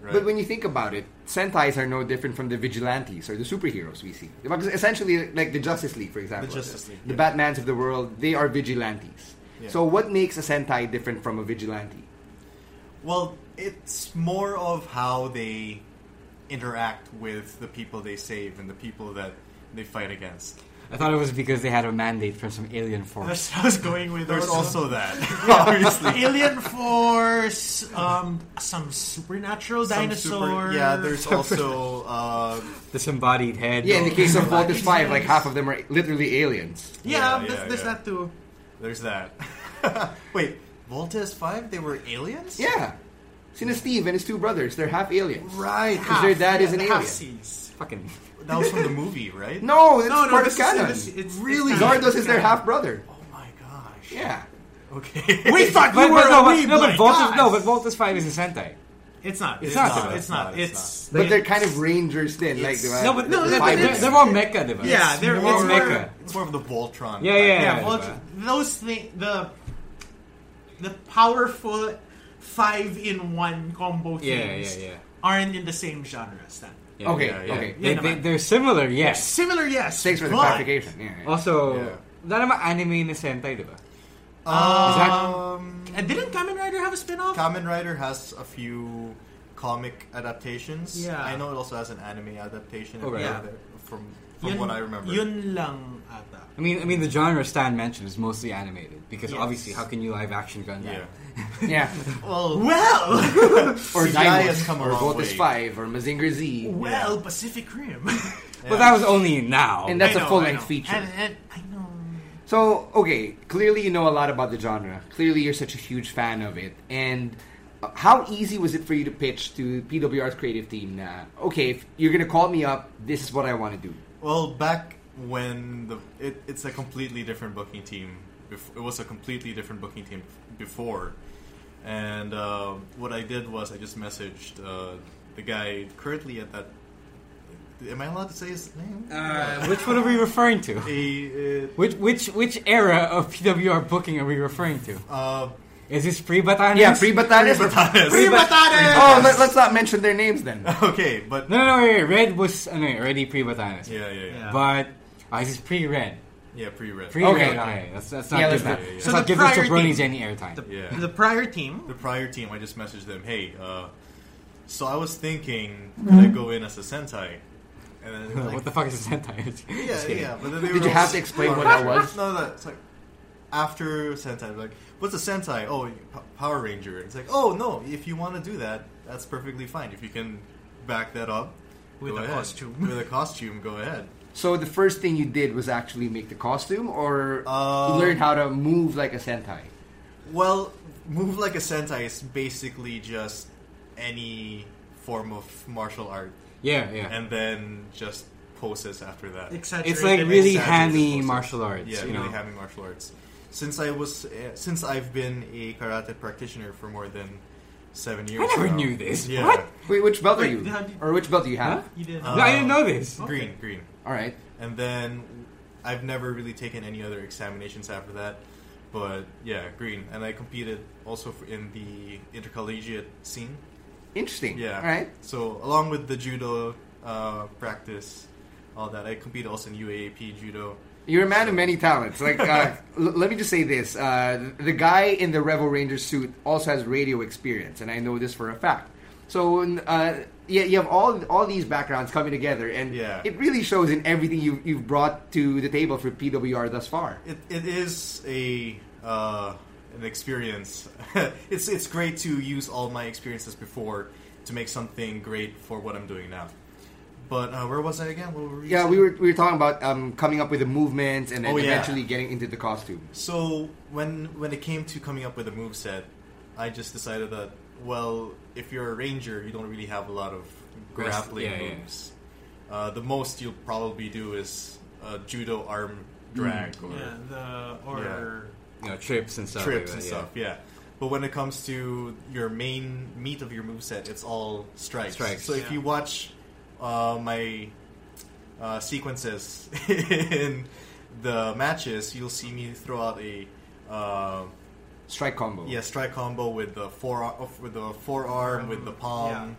[SPEAKER 7] Right?
[SPEAKER 4] But when you think about it, Sentais are no different from the vigilantes or the superheroes we see. Because essentially, like the Justice League, for example.
[SPEAKER 7] Justice League,
[SPEAKER 4] The
[SPEAKER 7] yeah.
[SPEAKER 4] Batmans of the world, they are vigilantes.
[SPEAKER 7] Yeah.
[SPEAKER 4] So what makes a Sentai different from a vigilante?
[SPEAKER 7] Well, it's more of how they interact with the people they save and the people that they fight against.
[SPEAKER 5] I thought it was because they had a mandate from some alien force.
[SPEAKER 6] That's what I was going with.
[SPEAKER 7] There's
[SPEAKER 6] also.
[SPEAKER 7] also that, obviously.
[SPEAKER 6] Alien Force, um, some supernatural
[SPEAKER 7] Some
[SPEAKER 6] dinosaur.
[SPEAKER 7] super- yeah, there's also uh,
[SPEAKER 5] Disembodied head.
[SPEAKER 4] Yeah, in the case of Voltus
[SPEAKER 6] It's
[SPEAKER 4] 5, like
[SPEAKER 6] nice.
[SPEAKER 4] half of them are literally aliens.
[SPEAKER 6] yeah,
[SPEAKER 7] Yeah,
[SPEAKER 6] there's,
[SPEAKER 7] yeah,
[SPEAKER 6] there's
[SPEAKER 7] yeah.
[SPEAKER 6] that too.
[SPEAKER 7] there's that. Wait, Voltes Five? They were aliens?
[SPEAKER 4] Yeah. Sina Steve and his two brothers, they're half aliens.
[SPEAKER 7] right.
[SPEAKER 4] Because their dad
[SPEAKER 6] yeah,
[SPEAKER 4] is an
[SPEAKER 6] the
[SPEAKER 4] alien.
[SPEAKER 6] half-seas.
[SPEAKER 5] fucking.
[SPEAKER 7] That was from the movie, right?
[SPEAKER 4] No, it's
[SPEAKER 6] No, no,
[SPEAKER 4] part
[SPEAKER 6] this
[SPEAKER 4] of
[SPEAKER 6] is-
[SPEAKER 4] canon.
[SPEAKER 6] this- it's-
[SPEAKER 4] really?
[SPEAKER 6] it's canon.
[SPEAKER 4] Zardos is their half brother.
[SPEAKER 7] Oh my gosh.
[SPEAKER 4] Yeah.
[SPEAKER 7] Okay.
[SPEAKER 6] We thought
[SPEAKER 5] But,
[SPEAKER 6] you were
[SPEAKER 5] but, no,
[SPEAKER 6] a
[SPEAKER 5] but,
[SPEAKER 6] weeb,
[SPEAKER 5] no, but Voltus,
[SPEAKER 6] my God.
[SPEAKER 5] no, but Voltus Five is a Sentai.
[SPEAKER 6] it's not. It's,
[SPEAKER 5] not,
[SPEAKER 6] not.
[SPEAKER 5] though.
[SPEAKER 6] It's not.
[SPEAKER 7] It's
[SPEAKER 6] It's
[SPEAKER 4] But they're kind of rangers then, like
[SPEAKER 7] It's-
[SPEAKER 4] they were-
[SPEAKER 5] No, but no,
[SPEAKER 4] the
[SPEAKER 5] they're,
[SPEAKER 4] fighters.
[SPEAKER 5] they're, they're more mecha, device.
[SPEAKER 6] Yeah, they're-
[SPEAKER 5] more
[SPEAKER 6] it's more-
[SPEAKER 5] mecha.
[SPEAKER 7] It's more of the Voltron.
[SPEAKER 5] Yeah, yeah,
[SPEAKER 7] type.
[SPEAKER 6] yeah.
[SPEAKER 5] yeah,
[SPEAKER 6] Well, those things, the the powerful five in one combo
[SPEAKER 5] Yeah, yeah,
[SPEAKER 6] things
[SPEAKER 5] yeah.
[SPEAKER 6] aren't in the same genre as that.
[SPEAKER 5] Yeah,
[SPEAKER 4] Okay,
[SPEAKER 5] yeah, yeah.
[SPEAKER 4] okay.
[SPEAKER 5] They,
[SPEAKER 6] Yeah,
[SPEAKER 5] they,
[SPEAKER 6] naman.
[SPEAKER 5] they're similar, yes.
[SPEAKER 6] Similar, yes.
[SPEAKER 4] Thanks for the
[SPEAKER 6] but-
[SPEAKER 4] clarification. Yeah, yeah.
[SPEAKER 5] Also,
[SPEAKER 7] Yeah.
[SPEAKER 5] wala namang anime na Sentai, di ba?
[SPEAKER 7] Uh,
[SPEAKER 5] Is that-
[SPEAKER 6] And uh, didn't Kamen Rider have a spin-off?
[SPEAKER 7] Kamen Rider has a few comic adaptations.
[SPEAKER 6] Yeah.
[SPEAKER 7] I know it also has an anime adaptation.
[SPEAKER 5] Oh, right.
[SPEAKER 7] yeah, there- From from
[SPEAKER 6] Yun-
[SPEAKER 7] what I remember.
[SPEAKER 6] Yun lang ata.
[SPEAKER 5] I mean, I mean, the genre Stan mentioned is mostly animated because
[SPEAKER 6] Yes.
[SPEAKER 5] obviously, how can you live action gun that?
[SPEAKER 7] yeah.
[SPEAKER 4] yeah.
[SPEAKER 7] Well,
[SPEAKER 6] Well,
[SPEAKER 4] Or
[SPEAKER 7] CGI
[SPEAKER 4] Dimos,
[SPEAKER 7] has come a
[SPEAKER 4] or
[SPEAKER 7] long
[SPEAKER 4] Voltus
[SPEAKER 7] way.
[SPEAKER 4] 5, or Mazinger Z.
[SPEAKER 6] well, Pacific Rim.
[SPEAKER 5] But that was only now. Uh,
[SPEAKER 4] And that's
[SPEAKER 6] I
[SPEAKER 4] a
[SPEAKER 6] know,
[SPEAKER 4] full
[SPEAKER 6] I
[SPEAKER 4] length
[SPEAKER 6] know.
[SPEAKER 4] feature.
[SPEAKER 6] And, and, I know.
[SPEAKER 4] So, okay, clearly you know a lot about the genre. Clearly you're such a huge fan of it. And uh, how easy was it for you to pitch to PWR's creative team na, okay, if you're going to call me up, this is what I want to do?
[SPEAKER 7] well, back when the it, it's a completely different booking team. Bef- it was a completely different booking team before. And uh, what I did was I just messaged uh, the guy currently at that. Am I allowed to say his name?
[SPEAKER 5] Uh, which one are we referring to?
[SPEAKER 7] He, uh,
[SPEAKER 5] Which which which era of PWR booking are we referring to?
[SPEAKER 7] uh,
[SPEAKER 5] Is this pre Batanes?
[SPEAKER 4] Yeah, Free Batanes.
[SPEAKER 7] Free
[SPEAKER 5] Batanes.
[SPEAKER 4] Oh, let, let's not mention their names then.
[SPEAKER 7] okay, but
[SPEAKER 5] No, no, no, wait, wait. Red was uh, no, already pre Batanes.
[SPEAKER 7] yeah, yeah, yeah,
[SPEAKER 5] But oh, this is pre Red.
[SPEAKER 7] yeah, pre-read.
[SPEAKER 5] Pre Red.
[SPEAKER 4] Okay.
[SPEAKER 5] Okay. That's that's not
[SPEAKER 4] Yeah, let's
[SPEAKER 5] give that.
[SPEAKER 4] not-
[SPEAKER 5] Let's
[SPEAKER 6] So
[SPEAKER 5] not
[SPEAKER 6] the
[SPEAKER 5] give this to
[SPEAKER 6] prior
[SPEAKER 5] Bronies
[SPEAKER 6] team-
[SPEAKER 5] any airtime.
[SPEAKER 7] yeah.
[SPEAKER 6] The prior team.
[SPEAKER 7] the prior team, I just messaged them, hey, uh, so I was thinking, could I go in as a Sentai? And then they were
[SPEAKER 5] what
[SPEAKER 7] like,
[SPEAKER 5] the fuck is Sentai? Just kidding.
[SPEAKER 7] yeah, yeah. But then they
[SPEAKER 4] Did
[SPEAKER 7] were
[SPEAKER 4] you have to
[SPEAKER 7] all-
[SPEAKER 4] explain what that was?
[SPEAKER 7] No, no, it's like, after Sentai, I'm like, what's a Sentai? Oh, you- P- Power Ranger. It's like, oh, no, if you want to do that, that's perfectly fine. If you can back that up,
[SPEAKER 6] With
[SPEAKER 7] go
[SPEAKER 6] a
[SPEAKER 7] ahead.
[SPEAKER 6] costume.
[SPEAKER 7] With a costume, go ahead.
[SPEAKER 4] So the first thing you did was actually make the costume, or
[SPEAKER 7] Uh,
[SPEAKER 4] learn how to move like a sentai.
[SPEAKER 7] Well, move like a sentai is basically just any form of martial art,
[SPEAKER 5] Yeah, yeah.
[SPEAKER 7] and then just poses after that.
[SPEAKER 6] Exaggerate
[SPEAKER 5] it's like
[SPEAKER 6] them.
[SPEAKER 5] really
[SPEAKER 7] Exaggerated
[SPEAKER 5] hammy
[SPEAKER 7] poses.
[SPEAKER 5] martial arts.
[SPEAKER 7] Yeah,
[SPEAKER 5] you know.
[SPEAKER 7] really hammy martial arts. Since I was, uh, since I've been a karate practitioner for more than seven years.
[SPEAKER 5] never
[SPEAKER 7] now.
[SPEAKER 5] knew this.
[SPEAKER 7] Yeah,
[SPEAKER 5] What?
[SPEAKER 4] Wait, which belt are
[SPEAKER 6] Wait,
[SPEAKER 4] you?
[SPEAKER 6] how did-
[SPEAKER 4] Or which belt do you have?
[SPEAKER 5] Huh?
[SPEAKER 6] You did.
[SPEAKER 7] Uh,
[SPEAKER 5] no, I didn't know this.
[SPEAKER 7] green, green.
[SPEAKER 4] All right.
[SPEAKER 7] and then I've never really taken any other examinations after that. But yeah, green, and I competed also f- in the intercollegiate scene.
[SPEAKER 4] Interesting.
[SPEAKER 7] Yeah,
[SPEAKER 4] All right.
[SPEAKER 7] So along with the judo uh, practice, all that, I competed also in UAAP judo.
[SPEAKER 4] You're a man of many talents. Like, uh, l- let me just say this: uh, the guy in the Rebel Ranger suit also has radio experience, and I know this for a fact. So, uh, yeah, you have all all these backgrounds coming together, and
[SPEAKER 7] Yeah.
[SPEAKER 4] it really shows in everything you've you've brought to the table for PWR thus far.
[SPEAKER 7] It, it is a uh, an experience. it's it's great to use all my experiences before to make something great for what I'm doing now. But uh, where was I again? What were you
[SPEAKER 4] Yeah,
[SPEAKER 7] saying?
[SPEAKER 4] we were we were talking about um, coming up with the movements and then
[SPEAKER 7] Oh, yeah.
[SPEAKER 4] eventually getting into the costume.
[SPEAKER 7] So when when it came to coming up with a move set, I just decided that well, if you're a ranger, you don't really have a lot of grappling
[SPEAKER 5] yeah, yeah.
[SPEAKER 7] moves. Uh, the most you'll probably do is a judo arm
[SPEAKER 4] Hmm.
[SPEAKER 7] drag or
[SPEAKER 6] Yeah, the or
[SPEAKER 5] You know, trips and stuff.
[SPEAKER 7] trips
[SPEAKER 5] like
[SPEAKER 7] and
[SPEAKER 5] that,
[SPEAKER 7] stuff. Yeah. But when it comes to your main meat of your moveset, it's all strikes.
[SPEAKER 5] Strikes.
[SPEAKER 7] So if
[SPEAKER 6] Yeah.
[SPEAKER 7] you watch uh, my uh, sequences in the matches, you'll see me throw out a uh,
[SPEAKER 4] Strike combo.
[SPEAKER 7] yeah strike combo with the forearm, with the forearm, with the palm,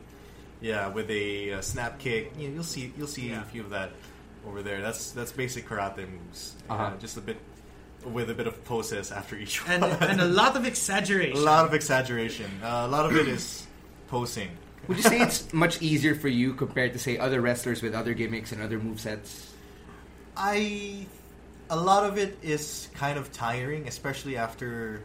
[SPEAKER 7] yeah, with a uh, snap kick. You you'll see you'll see
[SPEAKER 6] Yeah.
[SPEAKER 7] a few of that over there. That's that's basic karate moves. Uh,
[SPEAKER 4] Uh-huh.
[SPEAKER 7] just a bit with a bit of poses after each
[SPEAKER 6] and
[SPEAKER 7] one.
[SPEAKER 6] and a lot of exaggeration.
[SPEAKER 7] A lot of exaggeration. Uh, a lot of it is posing.
[SPEAKER 4] Would you say it's much easier for you compared to say other wrestlers with other gimmicks and other movesets?
[SPEAKER 7] I. A lot of it is kind of tiring, especially after.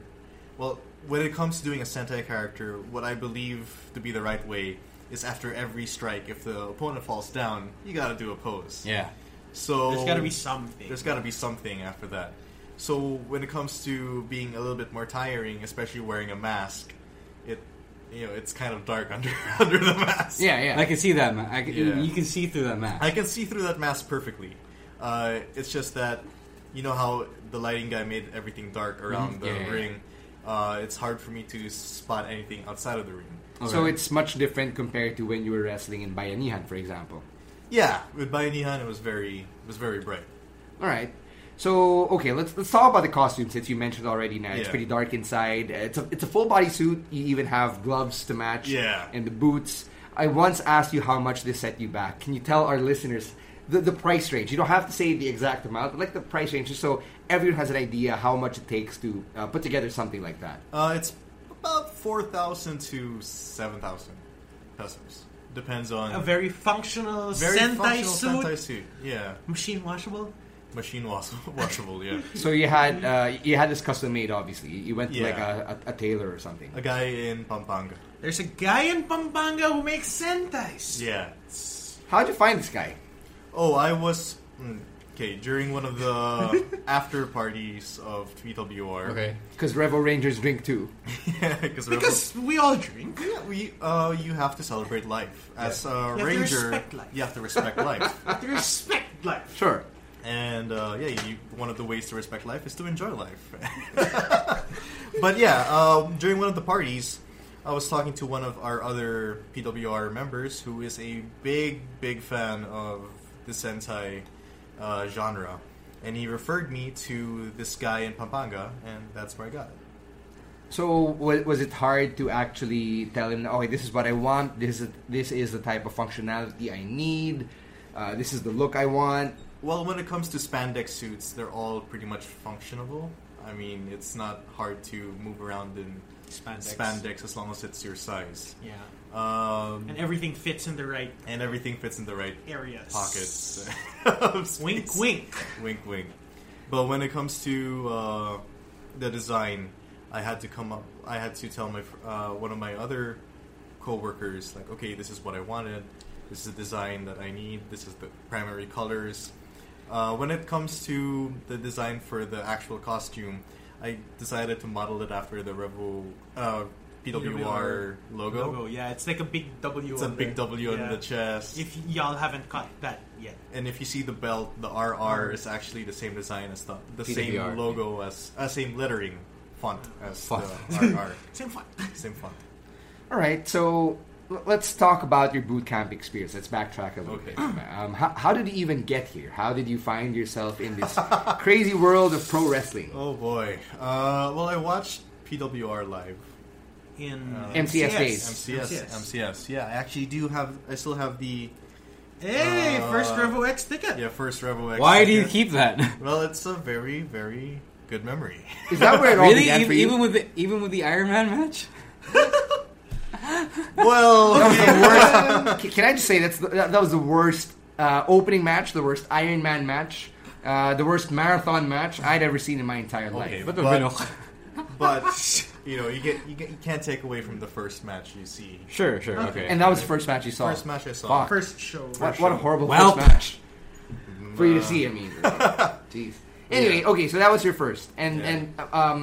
[SPEAKER 7] Well, when it comes to doing a Sentai character, what I believe to be the right way is after every strike, if the opponent falls down, you gotta do a pose.
[SPEAKER 5] Yeah.
[SPEAKER 7] So
[SPEAKER 6] There's gotta be something.
[SPEAKER 7] There's got to be something after that. So when it comes to being a little bit more tiring, especially wearing a mask, it you know it's kind of dark under under the mask.
[SPEAKER 4] Yeah, yeah.
[SPEAKER 5] I can see that, man. I can,
[SPEAKER 7] Yeah.
[SPEAKER 5] You can see through that mask.
[SPEAKER 7] I can see through that mask perfectly. Uh, it's just that you know how the lighting guy made everything dark
[SPEAKER 6] Mm-hmm.
[SPEAKER 7] around
[SPEAKER 5] Mhm.
[SPEAKER 7] the
[SPEAKER 5] Yeah, yeah, yeah.
[SPEAKER 7] ring. Uh, it's hard for me to spot anything outside of the ring.
[SPEAKER 4] So it's much different compared to when you were wrestling in Bayanihan, for example.
[SPEAKER 7] Yeah, with Bayanihan, it was very it was very bright.
[SPEAKER 4] All right. So okay, let's let's talk about the costume since you mentioned already. Now it's
[SPEAKER 7] Yeah.
[SPEAKER 4] pretty dark inside. Uh, It's a it's a full body suit. You even have gloves to match.
[SPEAKER 7] Yeah.
[SPEAKER 4] And the boots. I once asked you how much this set you back. Can you tell our listeners the, the price range? You don't have to say the exact amount, but like the price range, just so everyone has an idea how much it takes to uh, put together something like that.
[SPEAKER 7] Uh, it's about four thousand to seven thousand pesos. Depends on
[SPEAKER 6] a very functional
[SPEAKER 7] very
[SPEAKER 6] sentai
[SPEAKER 7] functional
[SPEAKER 6] suit,
[SPEAKER 7] Sentai suit. Yeah,
[SPEAKER 6] machine washable.
[SPEAKER 7] machine wash- washable. Yeah,
[SPEAKER 4] So you had uh, you had this custom made. Obviously, you went to
[SPEAKER 7] Yeah.
[SPEAKER 4] like a, a, a tailor or something.
[SPEAKER 7] a guy in Pampanga.
[SPEAKER 6] There's a guy in Pampanga who makes sentais.
[SPEAKER 7] Yeah. It's-
[SPEAKER 4] How'd you find this guy?
[SPEAKER 7] Oh, I was okay during one of the after parties of TWR.
[SPEAKER 5] okay.
[SPEAKER 4] Because Revel Rangers drink too.
[SPEAKER 6] Because we all drink.
[SPEAKER 7] Yeah, we uh, you have to celebrate life as a
[SPEAKER 6] to
[SPEAKER 7] ranger.
[SPEAKER 6] respect life.
[SPEAKER 7] You have to respect life,
[SPEAKER 6] To respect life.
[SPEAKER 4] Sure.
[SPEAKER 7] and uh, yeah, you, one of the ways to respect life is to enjoy life. but yeah, um, during one of the parties, I was talking to one of our other PWR members who is a big, big fan of the Sentai uh, genre, and he referred me to this guy in Pampanga, and that's where I got it.
[SPEAKER 4] So was, was it hard to actually tell him, okay, this is what I want. This is this is the type of functionality I need. Uh, this is the look I want.
[SPEAKER 7] Well, when it comes to spandex suits, they're all pretty much functional. I mean, it's not hard to move around in
[SPEAKER 6] Spandex.
[SPEAKER 7] spandex as long as it's your size.
[SPEAKER 6] Yeah.
[SPEAKER 7] Um,
[SPEAKER 6] And everything fits in the right
[SPEAKER 7] and everything fits in the right
[SPEAKER 6] areas.
[SPEAKER 7] pockets. of space.
[SPEAKER 6] Wink, wink.
[SPEAKER 7] wink, wink. But when it comes to uh, the design, I had to come up. I had to tell my fr- uh, one of my other coworkers, like, okay, this is what I wanted. This is the design that I need. This is the primary colors. Uh, when it comes to the design for the actual costume, I decided to model it after the Rebel uh, PWR logo.
[SPEAKER 6] Yeah, it's like a big W.
[SPEAKER 7] It's a
[SPEAKER 6] on
[SPEAKER 7] big
[SPEAKER 6] the-
[SPEAKER 7] W on
[SPEAKER 6] yeah.
[SPEAKER 7] the chest.
[SPEAKER 6] If y'all haven't caught that yet,
[SPEAKER 7] and if you see the belt, the RR is actually the same design as the, the
[SPEAKER 5] PWR,
[SPEAKER 7] same logo as uh, same lettering font as the
[SPEAKER 6] same fun.
[SPEAKER 7] RR, same font.
[SPEAKER 4] All right, so l- let's talk about your boot camp experience. Let's backtrack a little
[SPEAKER 7] Okay.
[SPEAKER 4] bit. Um, how, how did you even get here? How did you find yourself in this crazy world of pro wrestling?
[SPEAKER 7] Oh boy. Uh, well, I watched PWR live.
[SPEAKER 6] In
[SPEAKER 7] Uh,
[SPEAKER 4] MCS days.
[SPEAKER 7] MCS, MCS, Yeah, I actually do have. I still have the
[SPEAKER 6] Hey, first Revo X ticket.
[SPEAKER 7] Uh, yeah first Rebel X.
[SPEAKER 5] Why do you
[SPEAKER 7] ticket.
[SPEAKER 5] keep that?
[SPEAKER 7] Well, it's a very very good memory.
[SPEAKER 4] Is that where it all
[SPEAKER 5] really?
[SPEAKER 4] began
[SPEAKER 5] Even,
[SPEAKER 4] for you?
[SPEAKER 5] even with the, even with the Iron Man match?
[SPEAKER 7] well, okay.
[SPEAKER 4] C- Can I just say that's the, that, that was the worst uh, opening match, the worst Iron Man match, uh, the worst marathon match I'd ever seen in my entire life.
[SPEAKER 5] What
[SPEAKER 7] But-
[SPEAKER 5] the but,
[SPEAKER 7] but you know you get you get you can't take away from the first match you see.
[SPEAKER 5] Sure, sure, okay.
[SPEAKER 4] And that was the first match you saw.
[SPEAKER 7] First match I saw.
[SPEAKER 4] Oh. Fuck.
[SPEAKER 6] First show.
[SPEAKER 4] What, what a horrible
[SPEAKER 5] Well-
[SPEAKER 4] first match for you to see. I mean, jeez. Anyway, okay, so that was your first, and
[SPEAKER 7] Yeah.
[SPEAKER 4] and um,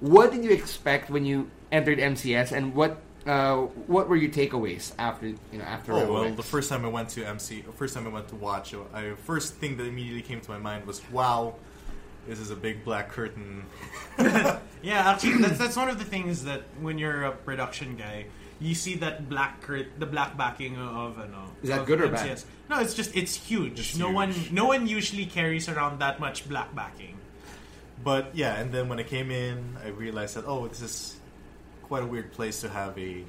[SPEAKER 4] what did you expect when you entered MCS, and what uh, what were your takeaways after you know after?
[SPEAKER 7] Oh
[SPEAKER 4] Rebel
[SPEAKER 7] well,
[SPEAKER 4] X?
[SPEAKER 7] the first time I went to MC, first time I went to watch, I first thing that immediately came to my mind was, "Wow, this is a big black curtain."
[SPEAKER 6] Yeah, actually, that's that's one of the things that when you're a production guy, you see that black curt, the black backing of ano.
[SPEAKER 4] Is that
[SPEAKER 6] of
[SPEAKER 4] good or bad?
[SPEAKER 6] MCS. No, it's just it's huge.
[SPEAKER 7] It's
[SPEAKER 6] no one
[SPEAKER 7] huge.
[SPEAKER 6] no one usually carries around that much black backing.
[SPEAKER 7] But yeah, and then when I came in, I realized that oh, this is quite a weird place to have a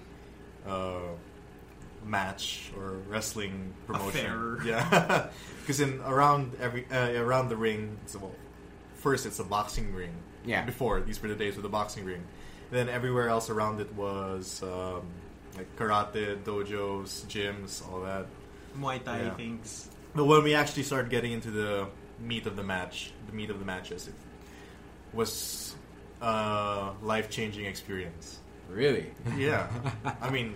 [SPEAKER 7] uh, match or wrestling promotion.
[SPEAKER 6] Affair.
[SPEAKER 7] Yeah, because in around every uh, around the ring, it's well, first it's a boxing ring.
[SPEAKER 4] Yeah.
[SPEAKER 7] Before these were the days with the boxing ring. Then everywhere else around it was um, like karate dojos, gyms, all that.
[SPEAKER 6] Muay Thai
[SPEAKER 7] Yeah.
[SPEAKER 6] things.
[SPEAKER 7] But when we actually started getting into the meat of the match, the meat of the matches, it was a life changing experience.
[SPEAKER 5] really?
[SPEAKER 7] Yeah. I mean,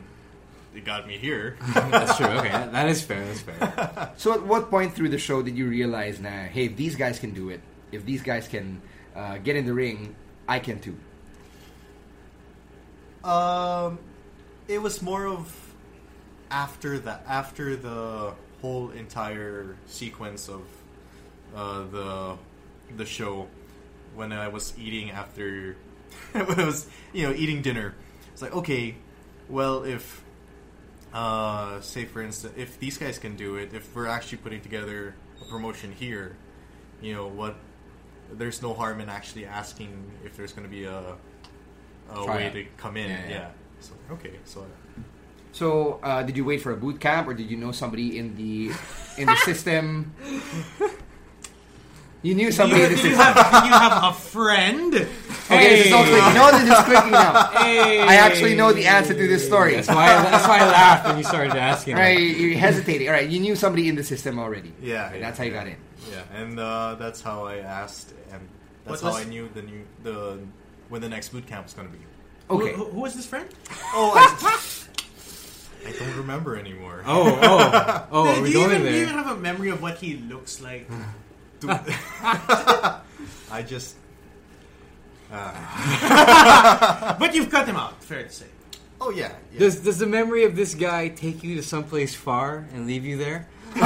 [SPEAKER 7] it got me here.
[SPEAKER 5] That's true, okay. That, that is fair, that's fair.
[SPEAKER 4] So, at what point through the show did you realize, nah, hey, if these guys can do it, if these guys can uh, get in the ring, I can too.
[SPEAKER 7] Um, it was more of after the after the whole entire sequence of uh, the the show when I was eating after when I was you know eating dinner. It's like okay, well if uh, say for instance if these guys can do it, if we're actually putting together a promotion here, you know what. There's no harm in actually asking if there's going to be a, a
[SPEAKER 4] Try
[SPEAKER 7] way
[SPEAKER 4] out.
[SPEAKER 7] to come in.
[SPEAKER 5] Yeah,
[SPEAKER 7] Yeah.
[SPEAKER 5] yeah.
[SPEAKER 7] So okay. So
[SPEAKER 4] So, uh, did you wait for a boot camp, or did you know somebody in the in the system? You knew
[SPEAKER 6] You,
[SPEAKER 4] somebody in the
[SPEAKER 6] you
[SPEAKER 4] system.
[SPEAKER 6] have you have a friend.
[SPEAKER 4] Okay, this is all clicking. No, this is clicking now. I actually know the answer to this story.
[SPEAKER 5] That's why, that's why I laughed when you started asking.
[SPEAKER 4] All right, you're hesitating. All right, you knew somebody in the system already.
[SPEAKER 7] Yeah,
[SPEAKER 4] Okay,
[SPEAKER 7] yeah,
[SPEAKER 4] that's how you
[SPEAKER 7] yeah.
[SPEAKER 4] got in.
[SPEAKER 7] yeah, and uh, that's how I asked, and
[SPEAKER 6] What
[SPEAKER 7] that's how
[SPEAKER 6] was-
[SPEAKER 7] I knew the new the when the next boot camp was going to be.
[SPEAKER 4] Okay,
[SPEAKER 6] Who, who was this friend?
[SPEAKER 7] Oh, I, I don't remember anymore.
[SPEAKER 5] Oh, oh, oh, are
[SPEAKER 6] do,
[SPEAKER 5] we
[SPEAKER 6] you
[SPEAKER 5] going
[SPEAKER 6] even, do you even
[SPEAKER 5] there?
[SPEAKER 6] have a memory of what he looks like?
[SPEAKER 7] I just
[SPEAKER 6] but you've cut him out. Fair to say.
[SPEAKER 7] oh yeah, yeah.
[SPEAKER 5] Does, does the memory of this guy take you to someplace far and leave you there?
[SPEAKER 6] Can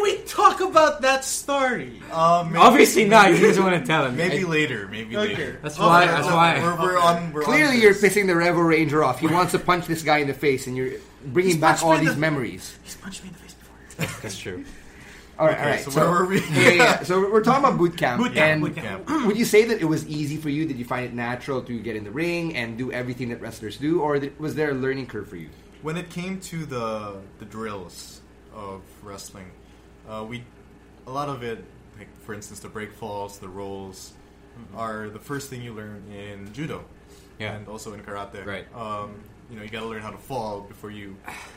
[SPEAKER 6] we talk about that story?
[SPEAKER 5] Obviously not, you just want to tell him.
[SPEAKER 7] Uh, maybe
[SPEAKER 5] I-
[SPEAKER 7] later, maybe later.
[SPEAKER 5] that's why,
[SPEAKER 6] Okay,
[SPEAKER 5] that's
[SPEAKER 6] okay.
[SPEAKER 5] why.
[SPEAKER 7] We're, we're on. We're on
[SPEAKER 4] clearly
[SPEAKER 7] this.
[SPEAKER 4] you're pissing the Revo Ranger off. He wants to punch this guy in the face, and you're bringing
[SPEAKER 6] He's
[SPEAKER 4] back
[SPEAKER 6] punched
[SPEAKER 4] all
[SPEAKER 6] me in
[SPEAKER 4] these
[SPEAKER 6] the-
[SPEAKER 4] memories.
[SPEAKER 6] He's punched me in the face before.
[SPEAKER 5] That's true.
[SPEAKER 4] All right,
[SPEAKER 7] Okay,
[SPEAKER 4] all right.
[SPEAKER 7] so where were we?
[SPEAKER 4] yeah, yeah, yeah. So we're talking about boot camp.
[SPEAKER 6] Boot camp,
[SPEAKER 4] and
[SPEAKER 6] boot
[SPEAKER 7] camp.
[SPEAKER 4] Would you say that it was easy for you? Did you find it natural to get in the ring and do everything that wrestlers do, or th- was there a learning curve for you?
[SPEAKER 7] when it came to the the drills of wrestling, uh, we a lot of it, like for instance, the break falls, the rolls, are the first thing you learn in judo,
[SPEAKER 5] Mm-hmm. Yeah.
[SPEAKER 7] and also in karate.
[SPEAKER 5] Right.
[SPEAKER 7] Um, you know, you got to learn how to fall before you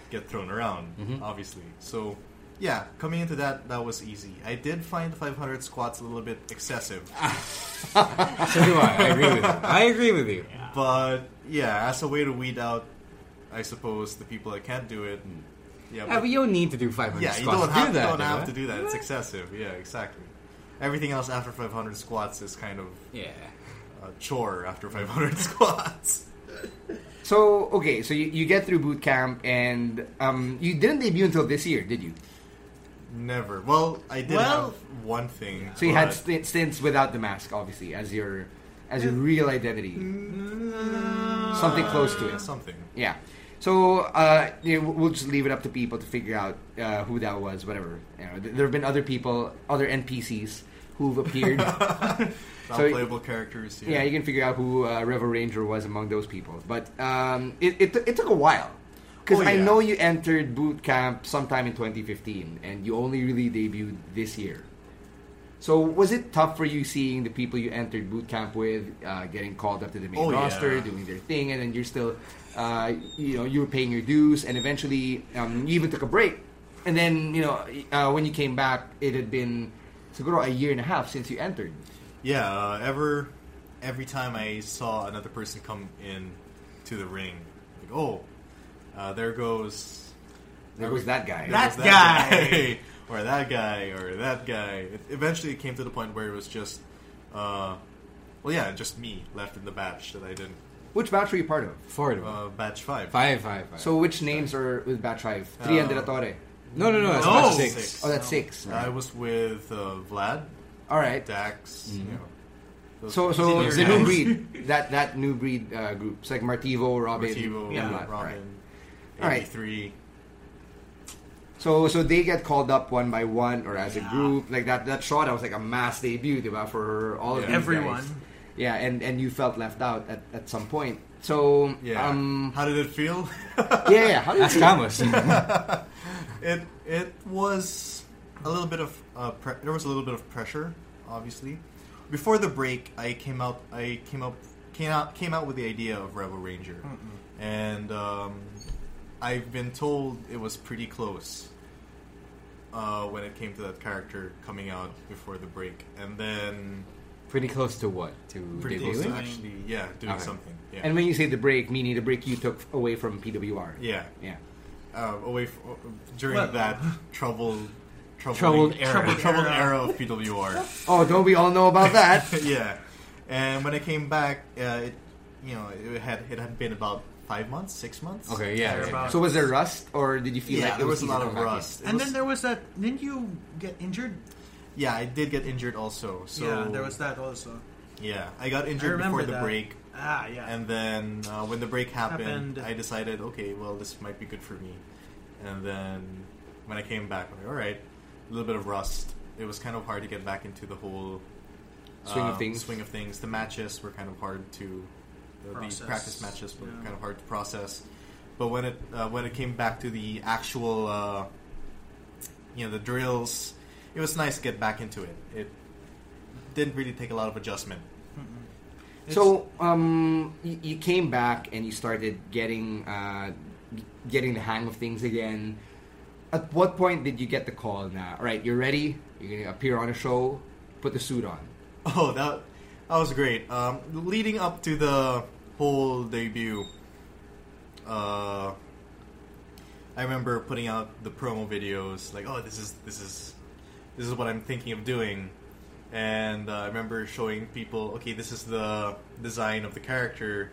[SPEAKER 7] get thrown around.
[SPEAKER 5] Mm-hmm.
[SPEAKER 7] Obviously, so. Yeah, coming into that, that was easy. I did find the 500 squats a little bit excessive,
[SPEAKER 5] So do I. I agree with you. I agree with you.
[SPEAKER 7] but yeah, as a way to weed out, I suppose the people that can't do it, Yeah,
[SPEAKER 5] Yeah, but you don't need to do 500
[SPEAKER 7] yeah, you
[SPEAKER 5] squats.
[SPEAKER 7] don't
[SPEAKER 5] to
[SPEAKER 7] have,
[SPEAKER 5] do that,
[SPEAKER 7] don't
[SPEAKER 5] diba?
[SPEAKER 7] have to do that. It's excessive. Yeah, exactly. Everything else after 500 squats is kind of
[SPEAKER 5] Yeah.
[SPEAKER 7] a chore after 500 squats.
[SPEAKER 4] So okay, so you, you get through boot camp, and um, you didn't debut until this year, did you?
[SPEAKER 7] Never. Well, I did
[SPEAKER 6] Well-
[SPEAKER 7] have one thing.
[SPEAKER 4] So you had
[SPEAKER 7] but-
[SPEAKER 4] st- stints without the mask, obviously, as your as your real identity,
[SPEAKER 7] Mm-hmm.
[SPEAKER 4] something close to
[SPEAKER 7] Yeah,
[SPEAKER 4] it.
[SPEAKER 7] something.
[SPEAKER 4] Yeah. So uh, you know, we'll just leave it up to people to figure out uh, who that was, whatever. You know, th- there have been other people, other NPCs who've appeared. So-
[SPEAKER 7] Non-playable characters. Yeah.
[SPEAKER 4] yeah, you can figure out who uh, Revel Ranger was among those people. But um, it, it, t- it took a while. Because
[SPEAKER 7] Oh,
[SPEAKER 4] I
[SPEAKER 7] yeah.
[SPEAKER 4] know you entered boot camp sometime in 2015, and you only really debuted this year. So was it tough for you seeing the people you entered boot camp with uh, getting called up to the main
[SPEAKER 7] Oh, yeah.
[SPEAKER 4] roster, doing their thing, and then you're still, uh, you know, you were paying your dues, and eventually um, you even took a break, and then you know uh, when you came back, it had been siguro a year and a half since you entered.
[SPEAKER 7] Yeah, uh, ever every time I saw another person come in to the ring, like oh, uh, there goes
[SPEAKER 4] There was that guy.
[SPEAKER 7] there goes
[SPEAKER 6] That guy.
[SPEAKER 7] guy, or that guy or that guy. It, eventually, it came to the point where it was just, uh, well, yeah, just me left in the batch that I didn't
[SPEAKER 4] Which batch were you part of?
[SPEAKER 5] Four to
[SPEAKER 7] uh, batch five.
[SPEAKER 5] Five, five, five.
[SPEAKER 4] So which names are with batch five? Three and De La Torre.
[SPEAKER 5] no, no, no. That's
[SPEAKER 6] No.
[SPEAKER 5] about six.
[SPEAKER 7] Six.
[SPEAKER 4] Oh, that's six.
[SPEAKER 7] Uh, I was with uh, Vlad,
[SPEAKER 4] All right.
[SPEAKER 7] Dax. You know, those
[SPEAKER 4] So so
[SPEAKER 7] senior
[SPEAKER 4] the new
[SPEAKER 7] guys.
[SPEAKER 4] breed, that that new breed uh, group, it's like Martivo, Robin,
[SPEAKER 7] Martivo,
[SPEAKER 4] and
[SPEAKER 6] yeah,
[SPEAKER 4] Vlad. All right.
[SPEAKER 7] Robin,
[SPEAKER 4] All right.
[SPEAKER 7] eighty-three.
[SPEAKER 4] So so they get called up one by one or as a group like that. That shot that was like a mass debut, diba, for all of
[SPEAKER 7] Yeah.
[SPEAKER 4] these
[SPEAKER 6] Everyone.
[SPEAKER 4] guys. Yeah, and and you felt left out at, at some point. So
[SPEAKER 7] Yeah.
[SPEAKER 4] um,
[SPEAKER 7] How did it feel?
[SPEAKER 4] yeah, yeah. How did
[SPEAKER 5] Ask
[SPEAKER 4] you-
[SPEAKER 5] Camus.
[SPEAKER 7] it it was a little bit of uh, pre- there was a little bit of pressure, obviously. Before the break, I came out I came up came out came out with the idea of Rebel Ranger, and um, I've been told it was pretty close uh, when it came to that character coming out before the break, and then
[SPEAKER 5] Pretty close to what? To
[SPEAKER 7] pretty
[SPEAKER 5] debuting?
[SPEAKER 7] close to actually yeah doing
[SPEAKER 5] Okay.
[SPEAKER 7] something yeah
[SPEAKER 4] And when you say the break, meaning the break you took away from PWR.
[SPEAKER 7] yeah
[SPEAKER 4] Yeah.
[SPEAKER 7] uh, away f- during
[SPEAKER 6] Well-
[SPEAKER 7] that troubled. Troubling,
[SPEAKER 5] Troubled era.
[SPEAKER 7] troubled, troubled
[SPEAKER 6] era.
[SPEAKER 7] era of PWR.
[SPEAKER 4] Oh, don't we all know about that?
[SPEAKER 7] yeah, and when I came back, uh, it, you know, it had it had been about five months, six months.
[SPEAKER 5] Okay, yeah. yeah, yeah.
[SPEAKER 6] Thereabouts.
[SPEAKER 4] So was there rust, or did you feel
[SPEAKER 7] Yeah,
[SPEAKER 4] like
[SPEAKER 7] there was a
[SPEAKER 4] easy to
[SPEAKER 7] lot of
[SPEAKER 4] come back in?
[SPEAKER 7] rust. It
[SPEAKER 6] And
[SPEAKER 7] was-
[SPEAKER 6] then there was that. Didn't you get injured?
[SPEAKER 7] yeah, I did get injured also. So
[SPEAKER 6] yeah, there was that also.
[SPEAKER 7] Yeah, I got
[SPEAKER 6] I
[SPEAKER 7] injured
[SPEAKER 6] remember
[SPEAKER 7] before the
[SPEAKER 6] that.
[SPEAKER 7] break,
[SPEAKER 6] Ah, yeah.
[SPEAKER 7] and then uh, when the break
[SPEAKER 6] Happened.
[SPEAKER 7] happened, I decided, okay, well, this might be good for me. And then when I came back, I'm like, all right, a little bit of rust. It was kind of hard to get back into the whole
[SPEAKER 4] Swing of
[SPEAKER 7] um,
[SPEAKER 4] things.
[SPEAKER 7] Swing of things. The matches were kind of hard to. The, the
[SPEAKER 6] Process.
[SPEAKER 7] practice matches were
[SPEAKER 6] Yeah.
[SPEAKER 7] kind of hard to process. But when it uh, when it came back to the actual, uh, you know, the drills, it was nice to get back into it. It didn't really take a lot of adjustment.
[SPEAKER 4] So um, you, you came back and you started getting uh, g- getting the hang of things again. At what point did you get the call? Now, all right, you're ready. You're gonna appear on a show. Put the suit on.
[SPEAKER 7] Oh, that that was great. Um, leading up to the whole debut, uh, I remember putting out the promo videos, like, "Oh, this is this is this is what I'm thinking of doing," and uh, I remember showing people, "Okay, this is the design of the character.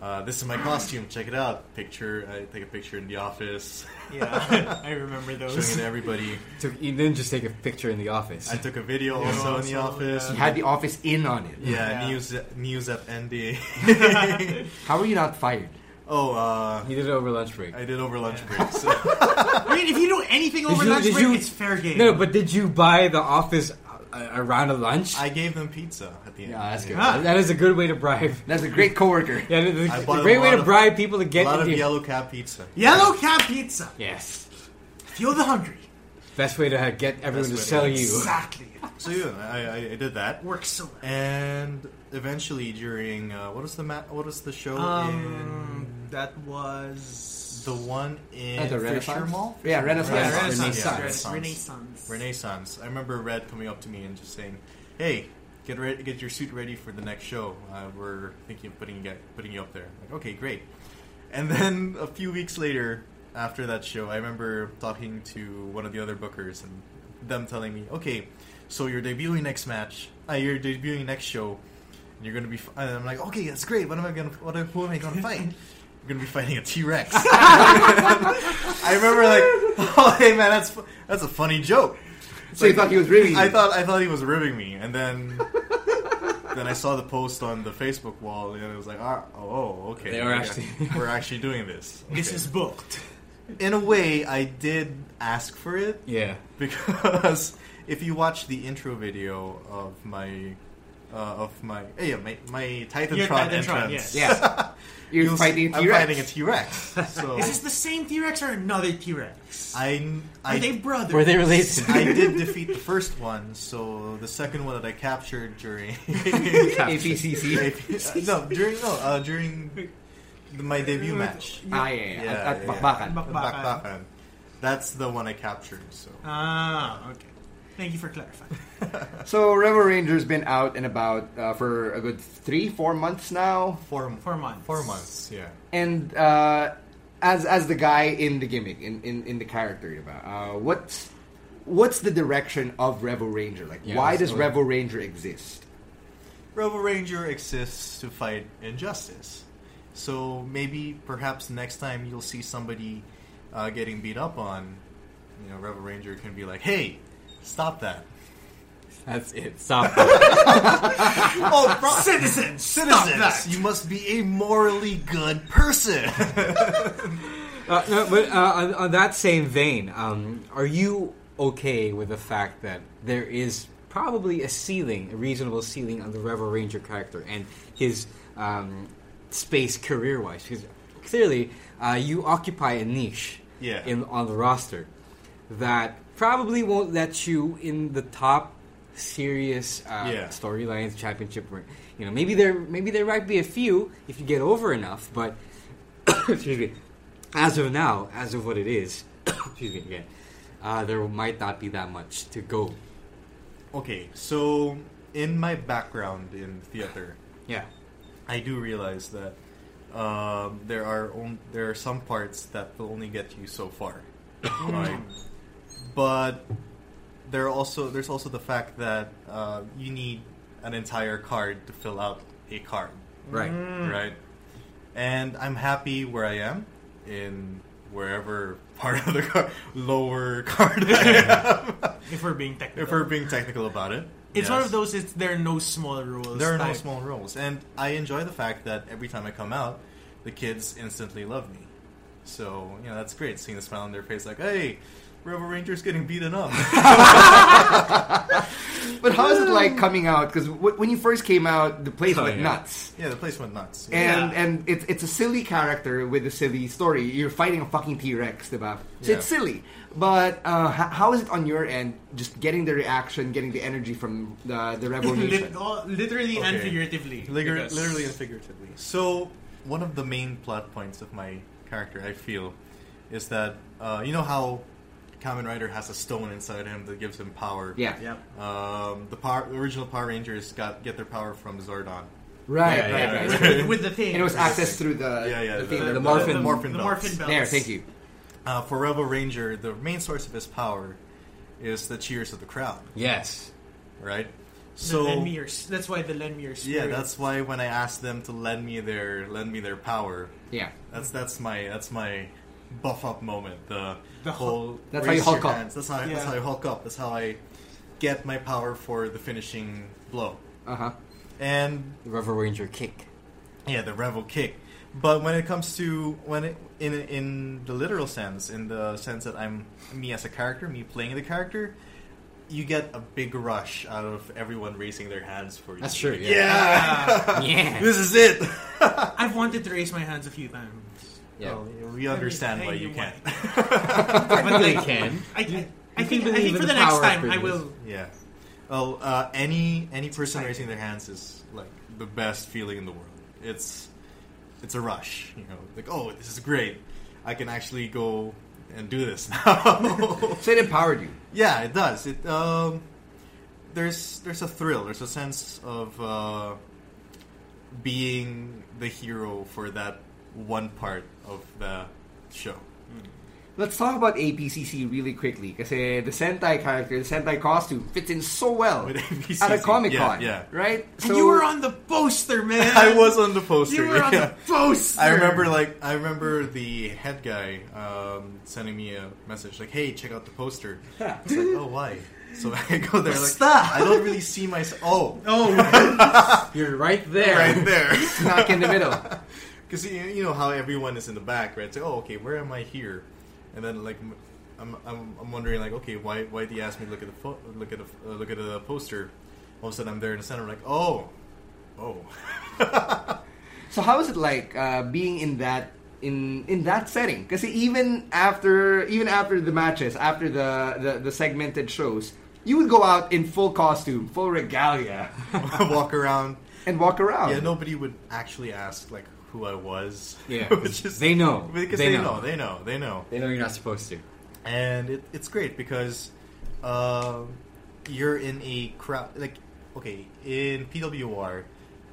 [SPEAKER 7] Uh, this is my costume. Check it out. Picture. I take a picture in the office,
[SPEAKER 6] yeah, I remember
[SPEAKER 7] showing it
[SPEAKER 6] those.
[SPEAKER 7] to everybody.
[SPEAKER 5] Took- you didn't just take a picture in the office.
[SPEAKER 7] I took a video also in the office."
[SPEAKER 4] You had the office in on it.
[SPEAKER 7] Yeah,
[SPEAKER 6] Yeah.
[SPEAKER 7] news news at NDA.
[SPEAKER 4] How were you not fired?
[SPEAKER 7] Oh, uh,
[SPEAKER 5] He did it over lunch break.
[SPEAKER 7] I did over lunch break. So,
[SPEAKER 6] I mean, if you do anything over lunch break, it's fair game.
[SPEAKER 5] No, but did you buy the office a, a round of lunch?
[SPEAKER 7] I gave them pizza at the end.
[SPEAKER 5] yeah, that's good.
[SPEAKER 6] Ah.
[SPEAKER 5] That is a good way to bribe.
[SPEAKER 4] Uh, That's a great coworker.
[SPEAKER 5] Yeah, that is
[SPEAKER 7] I
[SPEAKER 5] a
[SPEAKER 7] bought a
[SPEAKER 5] great way
[SPEAKER 7] lot
[SPEAKER 5] to
[SPEAKER 7] of-
[SPEAKER 5] bribe people to
[SPEAKER 7] A
[SPEAKER 5] get
[SPEAKER 7] lot of
[SPEAKER 5] into-
[SPEAKER 7] yellow cab pizza.
[SPEAKER 6] Yellow Cab Pizza.
[SPEAKER 5] Yes,
[SPEAKER 6] Fuel the hungry.
[SPEAKER 5] best way to ha- get everyone to
[SPEAKER 7] Best way
[SPEAKER 5] sell
[SPEAKER 7] to-
[SPEAKER 5] you.
[SPEAKER 6] Exactly.
[SPEAKER 7] So yeah, I, I, I did that.
[SPEAKER 6] Works so well.
[SPEAKER 7] And eventually, during uh, what was the ma- what was the show
[SPEAKER 6] Um, that was
[SPEAKER 7] in the one in
[SPEAKER 4] At the
[SPEAKER 7] Fisher
[SPEAKER 4] Renaissance
[SPEAKER 7] Mall?
[SPEAKER 4] Yeah, Renaissance.
[SPEAKER 6] Yeah,
[SPEAKER 7] Renaissance.
[SPEAKER 6] Renaissance.
[SPEAKER 7] Renaissance.
[SPEAKER 6] Renaissance.
[SPEAKER 7] Renaissance. I remember Red coming up to me and just saying, "Hey, get re- get your suit ready for the next show. Uh, we're thinking of putting you get, putting you up there." Like, okay, great. And then a few weeks later, after that show, I remember talking to one of the other bookers and them telling me, "Okay, so you're debuting next match. Uh, you're debuting next show, and you're gonna be." F-. And I'm like, "Okay, that's great. What am I gonna? What am, who am I gonna fight?" You're gonna be fighting a T Rex. I remember like, oh hey man, that's fu- that's a funny joke.
[SPEAKER 4] So you thought he was ribbing you?
[SPEAKER 7] I thought I thought he was ribbing me, and then then I saw the post on the Facebook wall, and it was like, ah, oh, okay,
[SPEAKER 5] They were actually-
[SPEAKER 7] we're actually doing this.
[SPEAKER 6] This
[SPEAKER 7] Okay.
[SPEAKER 6] is booked.
[SPEAKER 7] in a way I did ask for it
[SPEAKER 5] Yeah.
[SPEAKER 7] because if you watch the intro video of my uh, of my eh, yeah my my Titantron
[SPEAKER 6] Your Titantron,
[SPEAKER 7] entrance,
[SPEAKER 6] yes.
[SPEAKER 4] Yeah. You're
[SPEAKER 7] you'll see-
[SPEAKER 4] fighting a
[SPEAKER 7] I'm
[SPEAKER 4] T-Rex.
[SPEAKER 7] fighting a T Rex. So
[SPEAKER 6] Is this the same T Rex or another T Rex?
[SPEAKER 7] I
[SPEAKER 6] Are
[SPEAKER 7] I
[SPEAKER 6] they brothers?
[SPEAKER 5] Were they related?
[SPEAKER 7] I did defeat the first one, so the second one that I captured during
[SPEAKER 4] APCC.
[SPEAKER 7] no during no uh, during the, my debut match.
[SPEAKER 4] ah, yeah, yeah.
[SPEAKER 7] Yeah,
[SPEAKER 4] At, at
[SPEAKER 7] yeah.
[SPEAKER 4] Bakbakan.
[SPEAKER 6] Bakbakan.
[SPEAKER 7] Bakbakan. That's the one I captured. So
[SPEAKER 6] Ah, okay. Thank you for clarifying.
[SPEAKER 4] So Rebel Ranger's been out and about uh, for a good three, four months now,
[SPEAKER 7] four
[SPEAKER 6] Four months.
[SPEAKER 7] Four months. Yeah.
[SPEAKER 4] and uh, as as the guy in the gimmick, in, in, in the character, you're about uh, what's what's the direction of Rebel Ranger? Like,
[SPEAKER 5] Yeah,
[SPEAKER 4] why
[SPEAKER 5] that's
[SPEAKER 4] does
[SPEAKER 5] the-
[SPEAKER 4] Rebel Ranger exist?
[SPEAKER 7] Robo Ranger exists to fight injustice. So maybe, perhaps next time you'll see somebody uh, getting beat up on, you know, Rebel Ranger can be like, "Hey, stop that,
[SPEAKER 5] That's it. Stop. it.
[SPEAKER 7] oh, bro-
[SPEAKER 6] Citizens!
[SPEAKER 7] citizens!
[SPEAKER 6] Stop that!
[SPEAKER 7] You must be a morally good person."
[SPEAKER 5] uh, no, but uh, on, on that same vein, um, are you okay with the fact that there is probably a ceiling, a reasonable ceiling on the Rebel Ranger character and his um, space career-wise? Because clearly, uh, you occupy a niche
[SPEAKER 7] Yeah.
[SPEAKER 5] in on the roster that probably won't let you in the top serious uh,
[SPEAKER 7] Yeah.
[SPEAKER 5] storylines championship where you know maybe there maybe there might be a few if you get over enough but excuse me as of now as of what it is excuse me again uh, there might not be that much to go
[SPEAKER 7] okay, so in my background in theater,
[SPEAKER 5] yeah
[SPEAKER 7] I do realize that um, there are on, there are some parts that will only get you so far,
[SPEAKER 6] Mm.
[SPEAKER 7] right? But there are also there's also the fact that uh, you need an entire card to fill out a card,
[SPEAKER 5] right
[SPEAKER 7] Mm-hmm.
[SPEAKER 6] Mm.
[SPEAKER 7] right? And I'm happy where I am in wherever part of the car, lower card. I am,
[SPEAKER 6] If we're being technical.
[SPEAKER 7] if we're being technical about it,
[SPEAKER 6] it's one
[SPEAKER 7] Yes.
[SPEAKER 6] of those, it's, there are no small rules.
[SPEAKER 7] There are no
[SPEAKER 6] type.
[SPEAKER 7] small roles, and I enjoy the fact that every time I come out, the kids instantly love me. So you know that's great. Seeing the smile on their face, like, "Hey, Rebel Ranger's getting beaten up."
[SPEAKER 4] But how is it like coming out? Because w- when you first came out, the place
[SPEAKER 5] Oh,
[SPEAKER 4] went
[SPEAKER 5] yeah.
[SPEAKER 4] nuts.
[SPEAKER 7] yeah, the place went nuts.
[SPEAKER 4] And
[SPEAKER 6] Yeah.
[SPEAKER 4] and it's it's a silly character with a silly story. You're fighting a fucking T Rex, diba? So
[SPEAKER 7] Yeah.
[SPEAKER 4] it's silly. But uh, h- how is it on your end? Just getting the reaction, getting the energy from the the Rebel
[SPEAKER 6] Lit-
[SPEAKER 4] Nation.
[SPEAKER 6] all- literally and
[SPEAKER 7] Okay.
[SPEAKER 6] figuratively.
[SPEAKER 7] Liger-
[SPEAKER 6] Because-
[SPEAKER 7] literally and figuratively. So one of the main plot points of my character, I feel, is that uh, you know how Kamen Rider has a stone inside him that gives him power.
[SPEAKER 4] Yeah.
[SPEAKER 6] Yep.
[SPEAKER 7] Um, the power, original Power Rangers got get their power from Zordon.
[SPEAKER 4] Right,
[SPEAKER 5] Yeah, yeah,
[SPEAKER 4] right,
[SPEAKER 5] yeah.
[SPEAKER 4] right.
[SPEAKER 6] With- With the thing.
[SPEAKER 4] And it was accessed through the
[SPEAKER 7] Yeah, yeah,
[SPEAKER 4] the,
[SPEAKER 7] the-
[SPEAKER 4] thing, the
[SPEAKER 7] the-
[SPEAKER 4] morphin.
[SPEAKER 7] the morphin
[SPEAKER 6] the
[SPEAKER 7] belts.
[SPEAKER 6] morphin belts.
[SPEAKER 4] There, thank you.
[SPEAKER 7] Uh, for Rebel Ranger, the main source of his power is the cheers of the crowd,
[SPEAKER 5] yes
[SPEAKER 7] right?
[SPEAKER 6] The
[SPEAKER 7] So
[SPEAKER 6] Lenmiers. That's why the Lenmiers.
[SPEAKER 7] yeah, that's why when I asked them to lend me their lend me their power,
[SPEAKER 4] Yeah.
[SPEAKER 7] that's
[SPEAKER 6] Mm-hmm.
[SPEAKER 7] that's my that's my buff up moment. The,
[SPEAKER 6] The hu-
[SPEAKER 7] whole
[SPEAKER 4] That's how
[SPEAKER 7] raise
[SPEAKER 4] you hulk
[SPEAKER 7] your
[SPEAKER 4] up.
[SPEAKER 7] That's how I, that's
[SPEAKER 6] Yeah.
[SPEAKER 7] how I hulk up. That's how I get my power for the finishing blow.
[SPEAKER 4] Uh huh.
[SPEAKER 7] And
[SPEAKER 5] the Rebel Ranger kick
[SPEAKER 7] Yeah, the rebel kick. But when it comes to when it, in in the literal sense, in the sense that I'm me as a character, me playing the character, you get a big rush out of everyone raising their hands for you.
[SPEAKER 5] that's true
[SPEAKER 7] Like,
[SPEAKER 5] yeah
[SPEAKER 7] "Yeah, this is it.
[SPEAKER 6] I've wanted to raise my hands a few times.
[SPEAKER 5] Yeah.
[SPEAKER 7] Well, Oh, we understand
[SPEAKER 6] Hey,
[SPEAKER 7] why
[SPEAKER 6] you
[SPEAKER 7] you can't.
[SPEAKER 6] But
[SPEAKER 5] they
[SPEAKER 6] like,
[SPEAKER 5] can
[SPEAKER 6] I, I, I
[SPEAKER 5] You can
[SPEAKER 6] think,
[SPEAKER 5] believe
[SPEAKER 6] I think
[SPEAKER 5] in
[SPEAKER 6] for
[SPEAKER 5] the
[SPEAKER 6] the next
[SPEAKER 5] power of
[SPEAKER 6] time I
[SPEAKER 5] prejudice.
[SPEAKER 6] will.
[SPEAKER 7] yeah. Well, uh, any any person raising their hands is like the best feeling in the world. It's it's a rush, you know. Like, oh, this is great. I can actually go and do this now.
[SPEAKER 4] So it empowered you.
[SPEAKER 7] Yeah, it does. It um, there's there's a thrill. There's a sense of uh, being the hero for that one part of the show.
[SPEAKER 4] Let's talk about APCC really quickly because the Sentai character, the Sentai costume fits in so well
[SPEAKER 7] With APCC,
[SPEAKER 4] at a Comic Con,
[SPEAKER 7] yeah, yeah.
[SPEAKER 4] right?
[SPEAKER 6] and you were on the poster, man.
[SPEAKER 7] I was on the poster.
[SPEAKER 6] You were on
[SPEAKER 7] yeah.
[SPEAKER 6] the poster.
[SPEAKER 7] I remember like I remember the head guy um, sending me a message like, "Hey, check out the poster." Yeah. It's like, oh, why? So I go there like,
[SPEAKER 6] Stop.
[SPEAKER 7] I don't really see myself. Oh,
[SPEAKER 6] Oh,
[SPEAKER 5] You're right there.
[SPEAKER 7] right there.
[SPEAKER 4] snuck in the middle.
[SPEAKER 7] Because you, you know how everyone is in the back, right? It's like, oh, okay, where am I here? And then like, m- I'm, I'm, I'm wondering like, okay, why why did you ask me to look at the fo- look at the, uh, look at the poster? All of a sudden, I'm there in the center. I'm like, oh, oh.
[SPEAKER 4] So how is it like uh, being in that in in that setting? Because even after even after the matches, after the, the the segmented shows, you would go out in full costume, full regalia,
[SPEAKER 7] Walk around.
[SPEAKER 4] and walk around.
[SPEAKER 5] Um,
[SPEAKER 7] Yeah, nobody would actually ask like who I was.
[SPEAKER 5] Yeah.
[SPEAKER 7] Which is-
[SPEAKER 5] They know.
[SPEAKER 7] because
[SPEAKER 5] They
[SPEAKER 7] they,
[SPEAKER 5] know.
[SPEAKER 7] know. they know, they know,
[SPEAKER 5] They know you're not supposed to.
[SPEAKER 7] and it, it's great because uh, you're in a crowd. Like, okay, in PWR,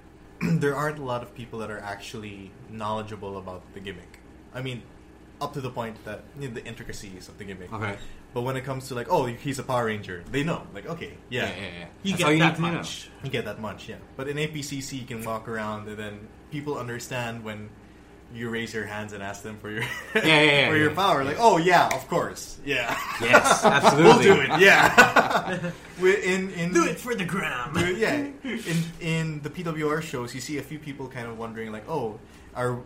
[SPEAKER 7] there aren't a lot of people that are actually knowledgeable about the gimmick. I mean, up to the point that you know, the intricacies of the gimmick.
[SPEAKER 5] Okay.
[SPEAKER 7] But when it comes to like, oh, he's a Power Ranger, they know. Like, okay,
[SPEAKER 5] Yeah, yeah, yeah.
[SPEAKER 6] you
[SPEAKER 5] That's
[SPEAKER 6] get
[SPEAKER 5] all
[SPEAKER 6] that
[SPEAKER 5] need to know.
[SPEAKER 6] much.
[SPEAKER 7] you get that much, yeah. But in APCC, you can walk around, and then people understand when you raise your hands and ask them for your
[SPEAKER 5] yeah, yeah,
[SPEAKER 7] for your
[SPEAKER 5] yeah.
[SPEAKER 7] power. Like, oh yeah, of course, yeah,
[SPEAKER 5] Yes, absolutely.
[SPEAKER 7] we'll do it, yeah. we in in
[SPEAKER 6] do it for the gram.
[SPEAKER 7] yeah. In in the PWR shows, you see a few people kind of wondering, like, oh, are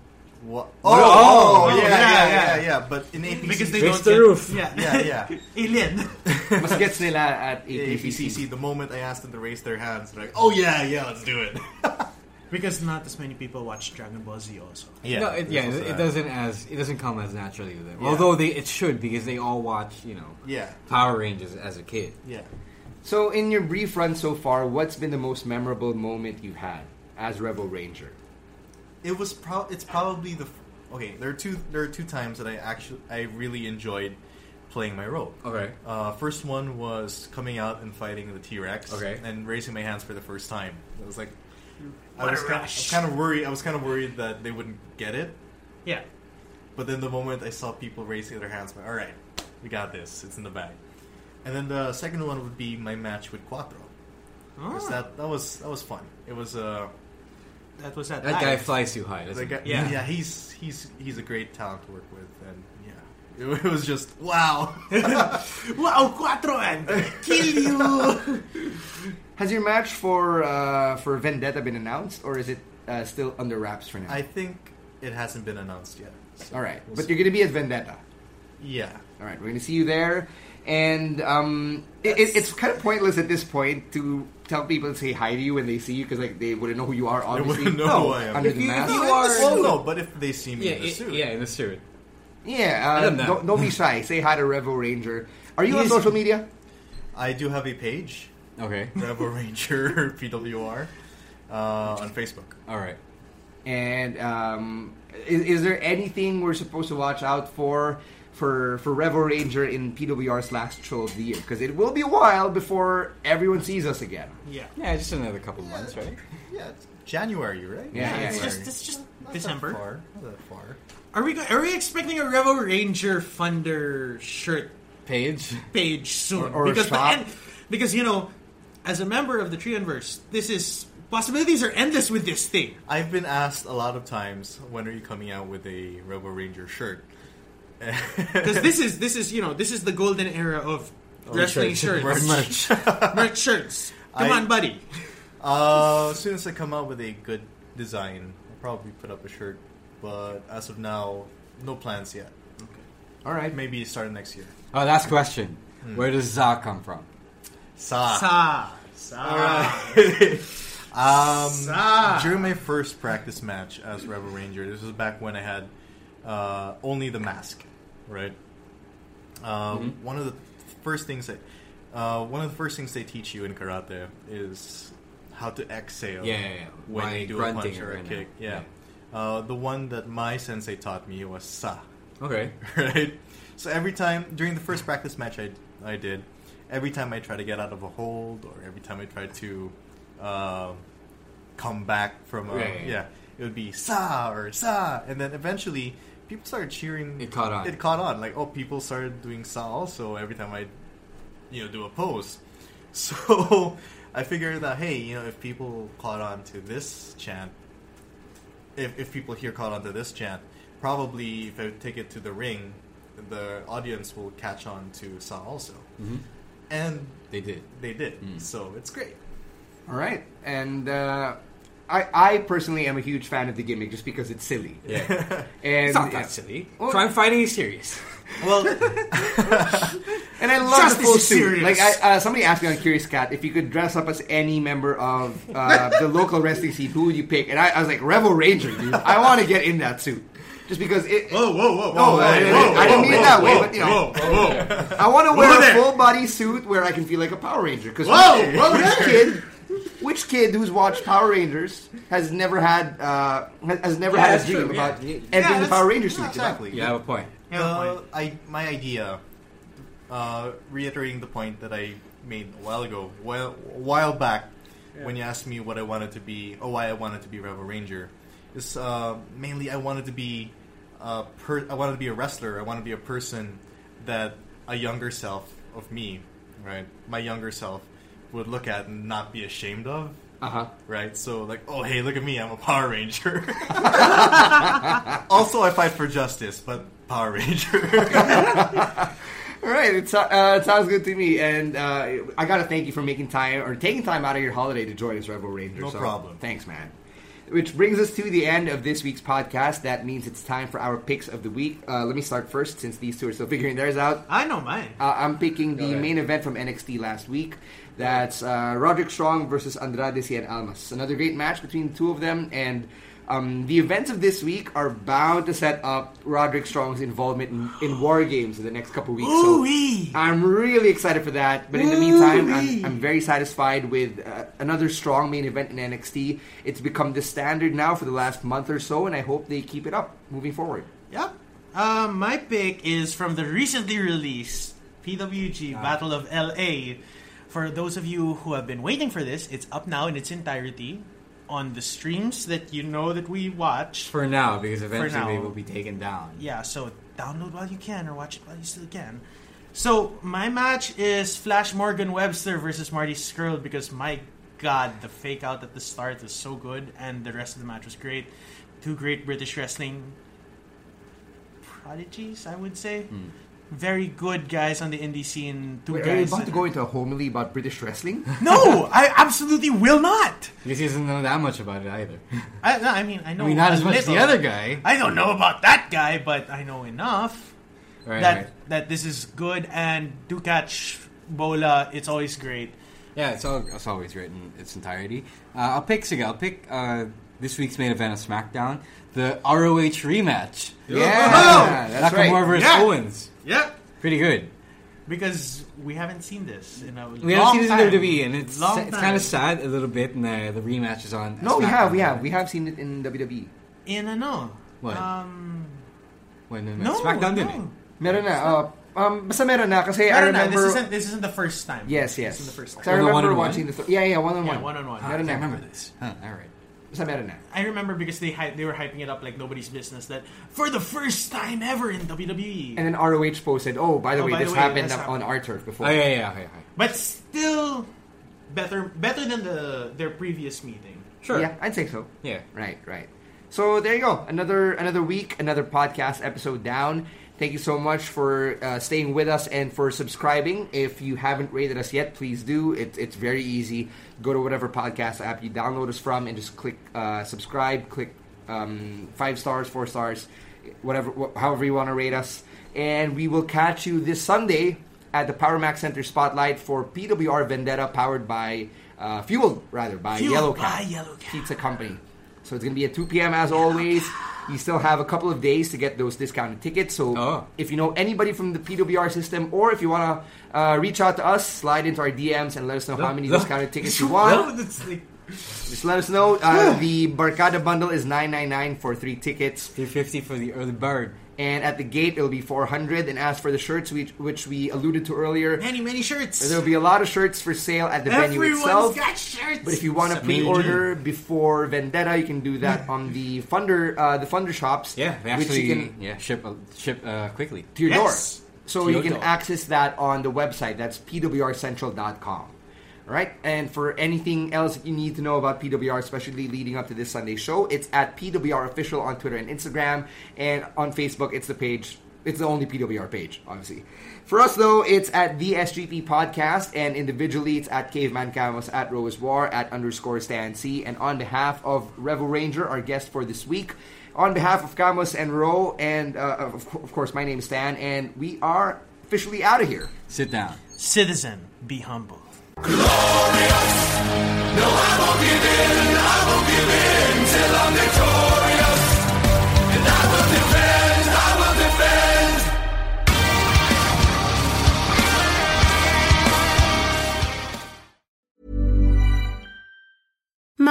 [SPEAKER 7] what? Oh,
[SPEAKER 5] oh,
[SPEAKER 6] yeah,
[SPEAKER 7] yeah, yeah, yeah,
[SPEAKER 6] yeah.
[SPEAKER 7] yeah, But in APCC,
[SPEAKER 6] because they
[SPEAKER 5] Fix
[SPEAKER 6] don't
[SPEAKER 5] the
[SPEAKER 6] get,
[SPEAKER 5] roof.
[SPEAKER 6] Yeah,
[SPEAKER 7] Yeah, yeah.
[SPEAKER 6] Alien.
[SPEAKER 4] Mas gets nila at APCC.
[SPEAKER 7] APCC, the moment I asked them to raise their hands, they're like, oh yeah, yeah, let's do it.
[SPEAKER 6] because not as many people watch Dragon Ball Z. Also,
[SPEAKER 7] yeah,
[SPEAKER 5] no, it, yeah,
[SPEAKER 7] there's also
[SPEAKER 5] it, it
[SPEAKER 7] that.
[SPEAKER 5] doesn't as it doesn't come as naturally to them.
[SPEAKER 7] Yeah.
[SPEAKER 5] Although they it should because they all watch you know
[SPEAKER 7] Yeah.
[SPEAKER 5] Power Rangers as a kid.
[SPEAKER 7] Yeah.
[SPEAKER 4] So in your brief run so far, what's been the most memorable moment you've had as Rebel Ranger?
[SPEAKER 7] it was pro- it's probably the f- okay there are two there are two times that i actually i really enjoyed playing my role
[SPEAKER 5] Okay.
[SPEAKER 7] uh, first one was coming out and fighting the t-rex
[SPEAKER 5] Okay.
[SPEAKER 7] and raising my hands for the first time it was like
[SPEAKER 6] What
[SPEAKER 7] I
[SPEAKER 6] a
[SPEAKER 7] was, kind of, I was
[SPEAKER 6] rush.
[SPEAKER 7] kind of worried i was kind of worried that they wouldn't get it
[SPEAKER 6] yeah.
[SPEAKER 7] but then the moment i saw people raising their hands I'm like all right we got this it's in the bag and then the second one would be my match with quattro
[SPEAKER 6] Oh.
[SPEAKER 7] 'Cause that, that was that was fun it was uh
[SPEAKER 6] That was that.
[SPEAKER 5] That guy flies too high.
[SPEAKER 7] The
[SPEAKER 5] doesn't
[SPEAKER 7] guy,
[SPEAKER 5] he?
[SPEAKER 7] yeah.
[SPEAKER 6] Yeah.
[SPEAKER 7] he's he's he's a great talent to work with, and yeah, it, was just wow.
[SPEAKER 6] Wow, cuatro and kill you.
[SPEAKER 4] Has your match for uh, for Vendetta been announced, or is it uh, still under wraps for now?
[SPEAKER 7] I think it hasn't been announced yet. so
[SPEAKER 4] All right,
[SPEAKER 7] we'll
[SPEAKER 4] but
[SPEAKER 7] see.
[SPEAKER 4] you're going to be at Vendetta.
[SPEAKER 7] yeah,
[SPEAKER 4] All right, we're going to see you there. And um, it, it, it's kind of pointless at this point to tell people to say hi to you when they see you because like they wouldn't know who you are. Obviously,
[SPEAKER 7] wouldn't know
[SPEAKER 4] No,
[SPEAKER 7] who I am.
[SPEAKER 4] under
[SPEAKER 7] If
[SPEAKER 4] the
[SPEAKER 5] you- if
[SPEAKER 4] mask.
[SPEAKER 5] you
[SPEAKER 7] Well,
[SPEAKER 5] are-
[SPEAKER 7] well, Oh, no, but if they see me
[SPEAKER 5] yeah,
[SPEAKER 7] in the
[SPEAKER 5] it-
[SPEAKER 7] suit,
[SPEAKER 5] yeah, in the suit.
[SPEAKER 4] yeah, uh,
[SPEAKER 5] I don't know.
[SPEAKER 4] don't, don't be shy. Say hi to Revo Ranger. Are you on
[SPEAKER 5] He's-
[SPEAKER 4] social media?
[SPEAKER 7] I do have a page,
[SPEAKER 5] Okay.
[SPEAKER 7] Rebel Ranger PWR, uh, on Facebook.
[SPEAKER 5] All right.
[SPEAKER 4] And um, is, is there anything we're supposed to watch out for for for Revo Ranger in PWR's last show of the year? Because it will be a while before everyone sees us again.
[SPEAKER 6] Yeah.
[SPEAKER 5] Yeah, just another couple months, right?
[SPEAKER 7] Yeah, it's January, right?
[SPEAKER 4] Yeah, yeah,
[SPEAKER 6] It's
[SPEAKER 4] yeah.
[SPEAKER 6] just it's just
[SPEAKER 7] Not That
[SPEAKER 6] December.
[SPEAKER 7] far. Not that far.
[SPEAKER 6] Are we go- are we expecting a Revo Ranger Funder shirt
[SPEAKER 5] Page.
[SPEAKER 6] page soon?
[SPEAKER 4] Or- or
[SPEAKER 6] because
[SPEAKER 4] shop.
[SPEAKER 6] end, because you know, as a member of the Trionverse, this is possibilities are endless with this thing.
[SPEAKER 7] I've been asked a lot of times, when are you coming out with a Rebel Ranger shirt?
[SPEAKER 6] Because this is this is you know this is the golden era of
[SPEAKER 4] Oh,
[SPEAKER 6] wrestling shirts,
[SPEAKER 5] Merch.
[SPEAKER 6] Merch shirts. Come
[SPEAKER 7] I-
[SPEAKER 6] on, buddy.
[SPEAKER 7] Uh, as soon as I come out with a good design, I'll probably put up a shirt. But as of now, no plans yet.
[SPEAKER 4] All right,
[SPEAKER 7] Maybe start next year.
[SPEAKER 5] Oh, last question.
[SPEAKER 7] Hmm.
[SPEAKER 5] Where does Za come from?
[SPEAKER 7] Sa.
[SPEAKER 6] Sa sa sa.
[SPEAKER 7] Um, During my first practice match as Rebel Ranger, this was back when I had uh, only the mask, right? Uh,
[SPEAKER 5] Mm-hmm.
[SPEAKER 7] One of the first things that uh, one of the first things they teach you in karate is how to exhale.
[SPEAKER 5] Yeah, yeah, yeah.
[SPEAKER 7] When
[SPEAKER 5] By
[SPEAKER 7] you do a
[SPEAKER 5] grunting
[SPEAKER 7] punch or
[SPEAKER 5] or
[SPEAKER 7] a
[SPEAKER 5] anything.
[SPEAKER 7] kick. Yeah. Uh, the one that my sensei taught me was sa.
[SPEAKER 5] Okay.
[SPEAKER 7] right? So every time during the first practice match I, I did, every time I try to get out of a hold or every time I try to uh, come back from a,
[SPEAKER 5] Right.
[SPEAKER 7] yeah, it would be sa or sa, and then eventually people started cheering.
[SPEAKER 5] It caught on.
[SPEAKER 7] It caught on. Like, oh, people started doing Sa also every time I, you know, do a post. So I figured that hey, you know, if people caught on to this chant, if if people here caught on to this chant, probably if I take it to the ring, the audience will catch on to Sa also. And
[SPEAKER 5] They did.
[SPEAKER 7] they did. So it's great.
[SPEAKER 4] All right, and uh, I I personally am a huge fan of the gimmick just because it's silly.
[SPEAKER 5] Yeah.
[SPEAKER 4] And
[SPEAKER 5] it's not
[SPEAKER 4] yeah.
[SPEAKER 5] that silly.
[SPEAKER 4] Well-
[SPEAKER 5] Crime fighting is serious.
[SPEAKER 7] Well,
[SPEAKER 4] And I love
[SPEAKER 7] Justice
[SPEAKER 4] the full
[SPEAKER 7] is
[SPEAKER 4] suit.
[SPEAKER 7] serious.
[SPEAKER 4] Like I, uh, somebody asked me on Curious Cat if you could dress up as any member of uh, the local wrestling scene, who would you pick? And I, I was like, Rebel Ranger, dude. I want to get in that suit just because it.
[SPEAKER 7] whoa, whoa, whoa,
[SPEAKER 4] No, Oh, I didn't- I didn't mean it that way, but you know, I want to
[SPEAKER 7] Whoa
[SPEAKER 4] wear a
[SPEAKER 7] there.
[SPEAKER 4] full body suit where I can feel like a Power Ranger. Because
[SPEAKER 7] Whoa, whoa
[SPEAKER 4] which
[SPEAKER 7] there.
[SPEAKER 4] kid, which kid who's watched Power Rangers has never had uh, has- has never
[SPEAKER 5] Yeah,
[SPEAKER 4] had a
[SPEAKER 5] that's
[SPEAKER 4] dream
[SPEAKER 5] true,
[SPEAKER 4] about
[SPEAKER 5] yeah.
[SPEAKER 4] entering
[SPEAKER 6] Yeah,
[SPEAKER 4] the
[SPEAKER 6] that's-
[SPEAKER 4] Power Ranger suit?
[SPEAKER 7] yeah, exactly.
[SPEAKER 5] You have a point.
[SPEAKER 7] Uh, I my idea, uh, reiterating the point that I made a while ago, while a while back, when you asked me what I wanted to be, or why I wanted to be Rebel Ranger, is uh, mainly I wanted to be, a per- I wanted to be a wrestler. I wanted to be a person that a younger self of me, right, my younger self, would look at and not be ashamed of.
[SPEAKER 4] Uh huh.
[SPEAKER 7] Right, so like, oh hey, look at me, I'm a Power Ranger. also, I fight for justice, but Power Ranger.
[SPEAKER 4] All right, it, so- uh, it sounds good to me, and uh, I gotta thank you for making time or taking time out of your holiday to join us, Rebel Ranger.
[SPEAKER 7] No
[SPEAKER 4] so
[SPEAKER 7] problem.
[SPEAKER 4] Thanks, man. Which brings us to the end of this week's podcast. That means it's time for our picks of the week. Uh, let me start first, since these two are still figuring theirs out.
[SPEAKER 6] I know mine.
[SPEAKER 4] Uh, I'm picking the main event from NXT last week. That's uh, Roderick Strong versus Andrade Cien Almas. Another great match between the two of them, and um, the events of this week are bound to set up Roderick Strong's involvement in, in War Games in the next couple weeks. So
[SPEAKER 6] Ooh-wee.
[SPEAKER 4] I'm really excited for that. But in the meantime, I'm, I'm very satisfied with uh, another strong main event in NXT. It's become the standard now for the last month or so, and I hope they keep it up moving forward.
[SPEAKER 6] Yep. Uh, my pick is from the recently released PWG Battle of LA. For those of you who have been waiting for this, it's up now in its entirety on the streams that you know that we watch.
[SPEAKER 5] For now, because eventually
[SPEAKER 6] now.
[SPEAKER 5] they will be taken down.
[SPEAKER 6] Yeah, so download while you can or watch it while you still can. So my match is Flash Morgan Webster versus Marty Skrull because my god, the fake out at the start was so good and the rest of the match was great. Two great British wrestling prodigies, I would say.
[SPEAKER 5] Hmm.
[SPEAKER 6] Very good guys on the indie scene. Two
[SPEAKER 4] Wait, are you
[SPEAKER 6] guys.
[SPEAKER 4] about
[SPEAKER 6] that-
[SPEAKER 4] to go into a homily about British wrestling?
[SPEAKER 6] no, I absolutely will not.
[SPEAKER 5] Because he doesn't know that much about it either.
[SPEAKER 6] I, no, I mean, I know.
[SPEAKER 5] I mean, not
[SPEAKER 6] a
[SPEAKER 5] as much as the
[SPEAKER 6] little.
[SPEAKER 5] other guy.
[SPEAKER 6] I don't know about that guy, but I know enough.
[SPEAKER 5] Right,
[SPEAKER 6] that
[SPEAKER 5] right.
[SPEAKER 6] that this is good and do catch Bola. It's always great.
[SPEAKER 5] Yeah, it's, all, it's always written in its entirety. Uh, I'll pick Siga. I'll pick uh, this week's main event of SmackDown, the ROH rematch. Oh,
[SPEAKER 4] yeah, that's
[SPEAKER 5] Nakamura
[SPEAKER 4] right.
[SPEAKER 5] versus
[SPEAKER 6] Yeah.
[SPEAKER 5] Owens.
[SPEAKER 6] Yeah,
[SPEAKER 5] Pretty good.
[SPEAKER 6] because we haven't seen this in a
[SPEAKER 5] We
[SPEAKER 6] long
[SPEAKER 5] haven't seen
[SPEAKER 6] time.
[SPEAKER 5] this in
[SPEAKER 4] E
[SPEAKER 5] WWE, and it's,
[SPEAKER 6] Long
[SPEAKER 5] it's
[SPEAKER 6] time.
[SPEAKER 5] kind of sad a little bit. And the, the rematch is on.
[SPEAKER 4] No, we
[SPEAKER 5] SmackDown.
[SPEAKER 4] have, we have, we have seen it in E. WWE.
[SPEAKER 6] in a no.
[SPEAKER 5] What?
[SPEAKER 6] Um,
[SPEAKER 5] When the
[SPEAKER 6] no,
[SPEAKER 5] SmackDwn
[SPEAKER 6] no.
[SPEAKER 5] did it.
[SPEAKER 4] Meron na. Uh, um, basta meron na kasi I
[SPEAKER 6] Meron na.
[SPEAKER 4] remember.
[SPEAKER 6] This isn't this isn't the first time.
[SPEAKER 4] yes, yes.
[SPEAKER 6] This isn't the first
[SPEAKER 4] So I
[SPEAKER 6] time.
[SPEAKER 5] Or the
[SPEAKER 4] remember
[SPEAKER 5] one-on-one?
[SPEAKER 4] watching the. Th- yeah, yeah, one on one.
[SPEAKER 6] Yeah, one-on-one.
[SPEAKER 5] I
[SPEAKER 4] Meron na.
[SPEAKER 5] remember this. Huh, all right.
[SPEAKER 4] Basta meron na.
[SPEAKER 6] I remember because they hy- they were hyping it up like nobody's business that for the first time ever in E. WWE.
[SPEAKER 4] And then ROH posted, "Oh, by the
[SPEAKER 6] Oh,
[SPEAKER 4] way,
[SPEAKER 6] by the
[SPEAKER 4] this
[SPEAKER 6] way,
[SPEAKER 4] happened
[SPEAKER 6] that's
[SPEAKER 4] up on our turf before."
[SPEAKER 5] Oh yeah, yeah, okay, okay.
[SPEAKER 6] but still better better than the their previous meeting.
[SPEAKER 5] Sure.
[SPEAKER 4] Yeah, I'd say so.
[SPEAKER 5] Yeah.
[SPEAKER 4] Right, right. So there you go. Another another week, another podcast episode down. Thank you so much for uh, staying with us and for subscribing. If you haven't rated us yet, please do. It, it's very easy. Go to whatever podcast app you download us from and just click uh, subscribe. Click um, five stars, four stars, whatever, wh- however you want to rate us. And we will catch you this Sunday at the Power Max Center Spotlight for PWR Vendetta, powered by uh, fueled rather by
[SPEAKER 6] Fueled
[SPEAKER 4] Yellow
[SPEAKER 6] by
[SPEAKER 4] Cab
[SPEAKER 6] Yellow Cab.
[SPEAKER 4] Pizza Company. So it's going to be at 2 p.m. as always. You still have a couple of days to get those discounted tickets. So
[SPEAKER 5] Oh.
[SPEAKER 4] if you know anybody from the PWR system, or if you want to uh, reach out to us, slide into our DMs and let us know how many discounted tickets you want.
[SPEAKER 6] It's like-
[SPEAKER 4] Just let us know. Uh, the Barcada bundle is 999 for three tickets.
[SPEAKER 5] Three fifty for the early bird.
[SPEAKER 4] And at the gate, it'll be 400. And as for the shirts, which, which we alluded to earlier,
[SPEAKER 6] Many, many shirts.
[SPEAKER 4] there'll be a lot of shirts for sale at the venue
[SPEAKER 6] Everyone's
[SPEAKER 4] itself.
[SPEAKER 6] got shirts.
[SPEAKER 4] But if you want to
[SPEAKER 8] Seven AG.
[SPEAKER 4] pre-order before Vendetta, you can do that on the Funder uh, the Funder shops.
[SPEAKER 5] Yeah, they
[SPEAKER 4] which
[SPEAKER 5] actually
[SPEAKER 4] you can
[SPEAKER 5] yeah ship uh, ship uh, quickly.
[SPEAKER 4] to your
[SPEAKER 6] Yes.
[SPEAKER 4] door. So
[SPEAKER 5] To
[SPEAKER 4] you
[SPEAKER 5] your
[SPEAKER 4] can
[SPEAKER 5] door.
[SPEAKER 4] access that on the website. That's pwrcentral.com. All right, and for anything else that you need to know about PWR, especially leading up to this Sunday show, it's at PWR Official on Twitter and Instagram, and on Facebook, it's the page. It's the only PWR page, obviously. For us, though, it's at the SGP Podcast, and individually, it's at Caveman Camos, at Rose War, at underscore Stan C, and on behalf of Revel Ranger, our guest for this week, on behalf of Camos and Ro, and uh, of, of course, my name's Stan, and we are officially out of here.
[SPEAKER 5] Sit down.
[SPEAKER 6] Citizen, be humble.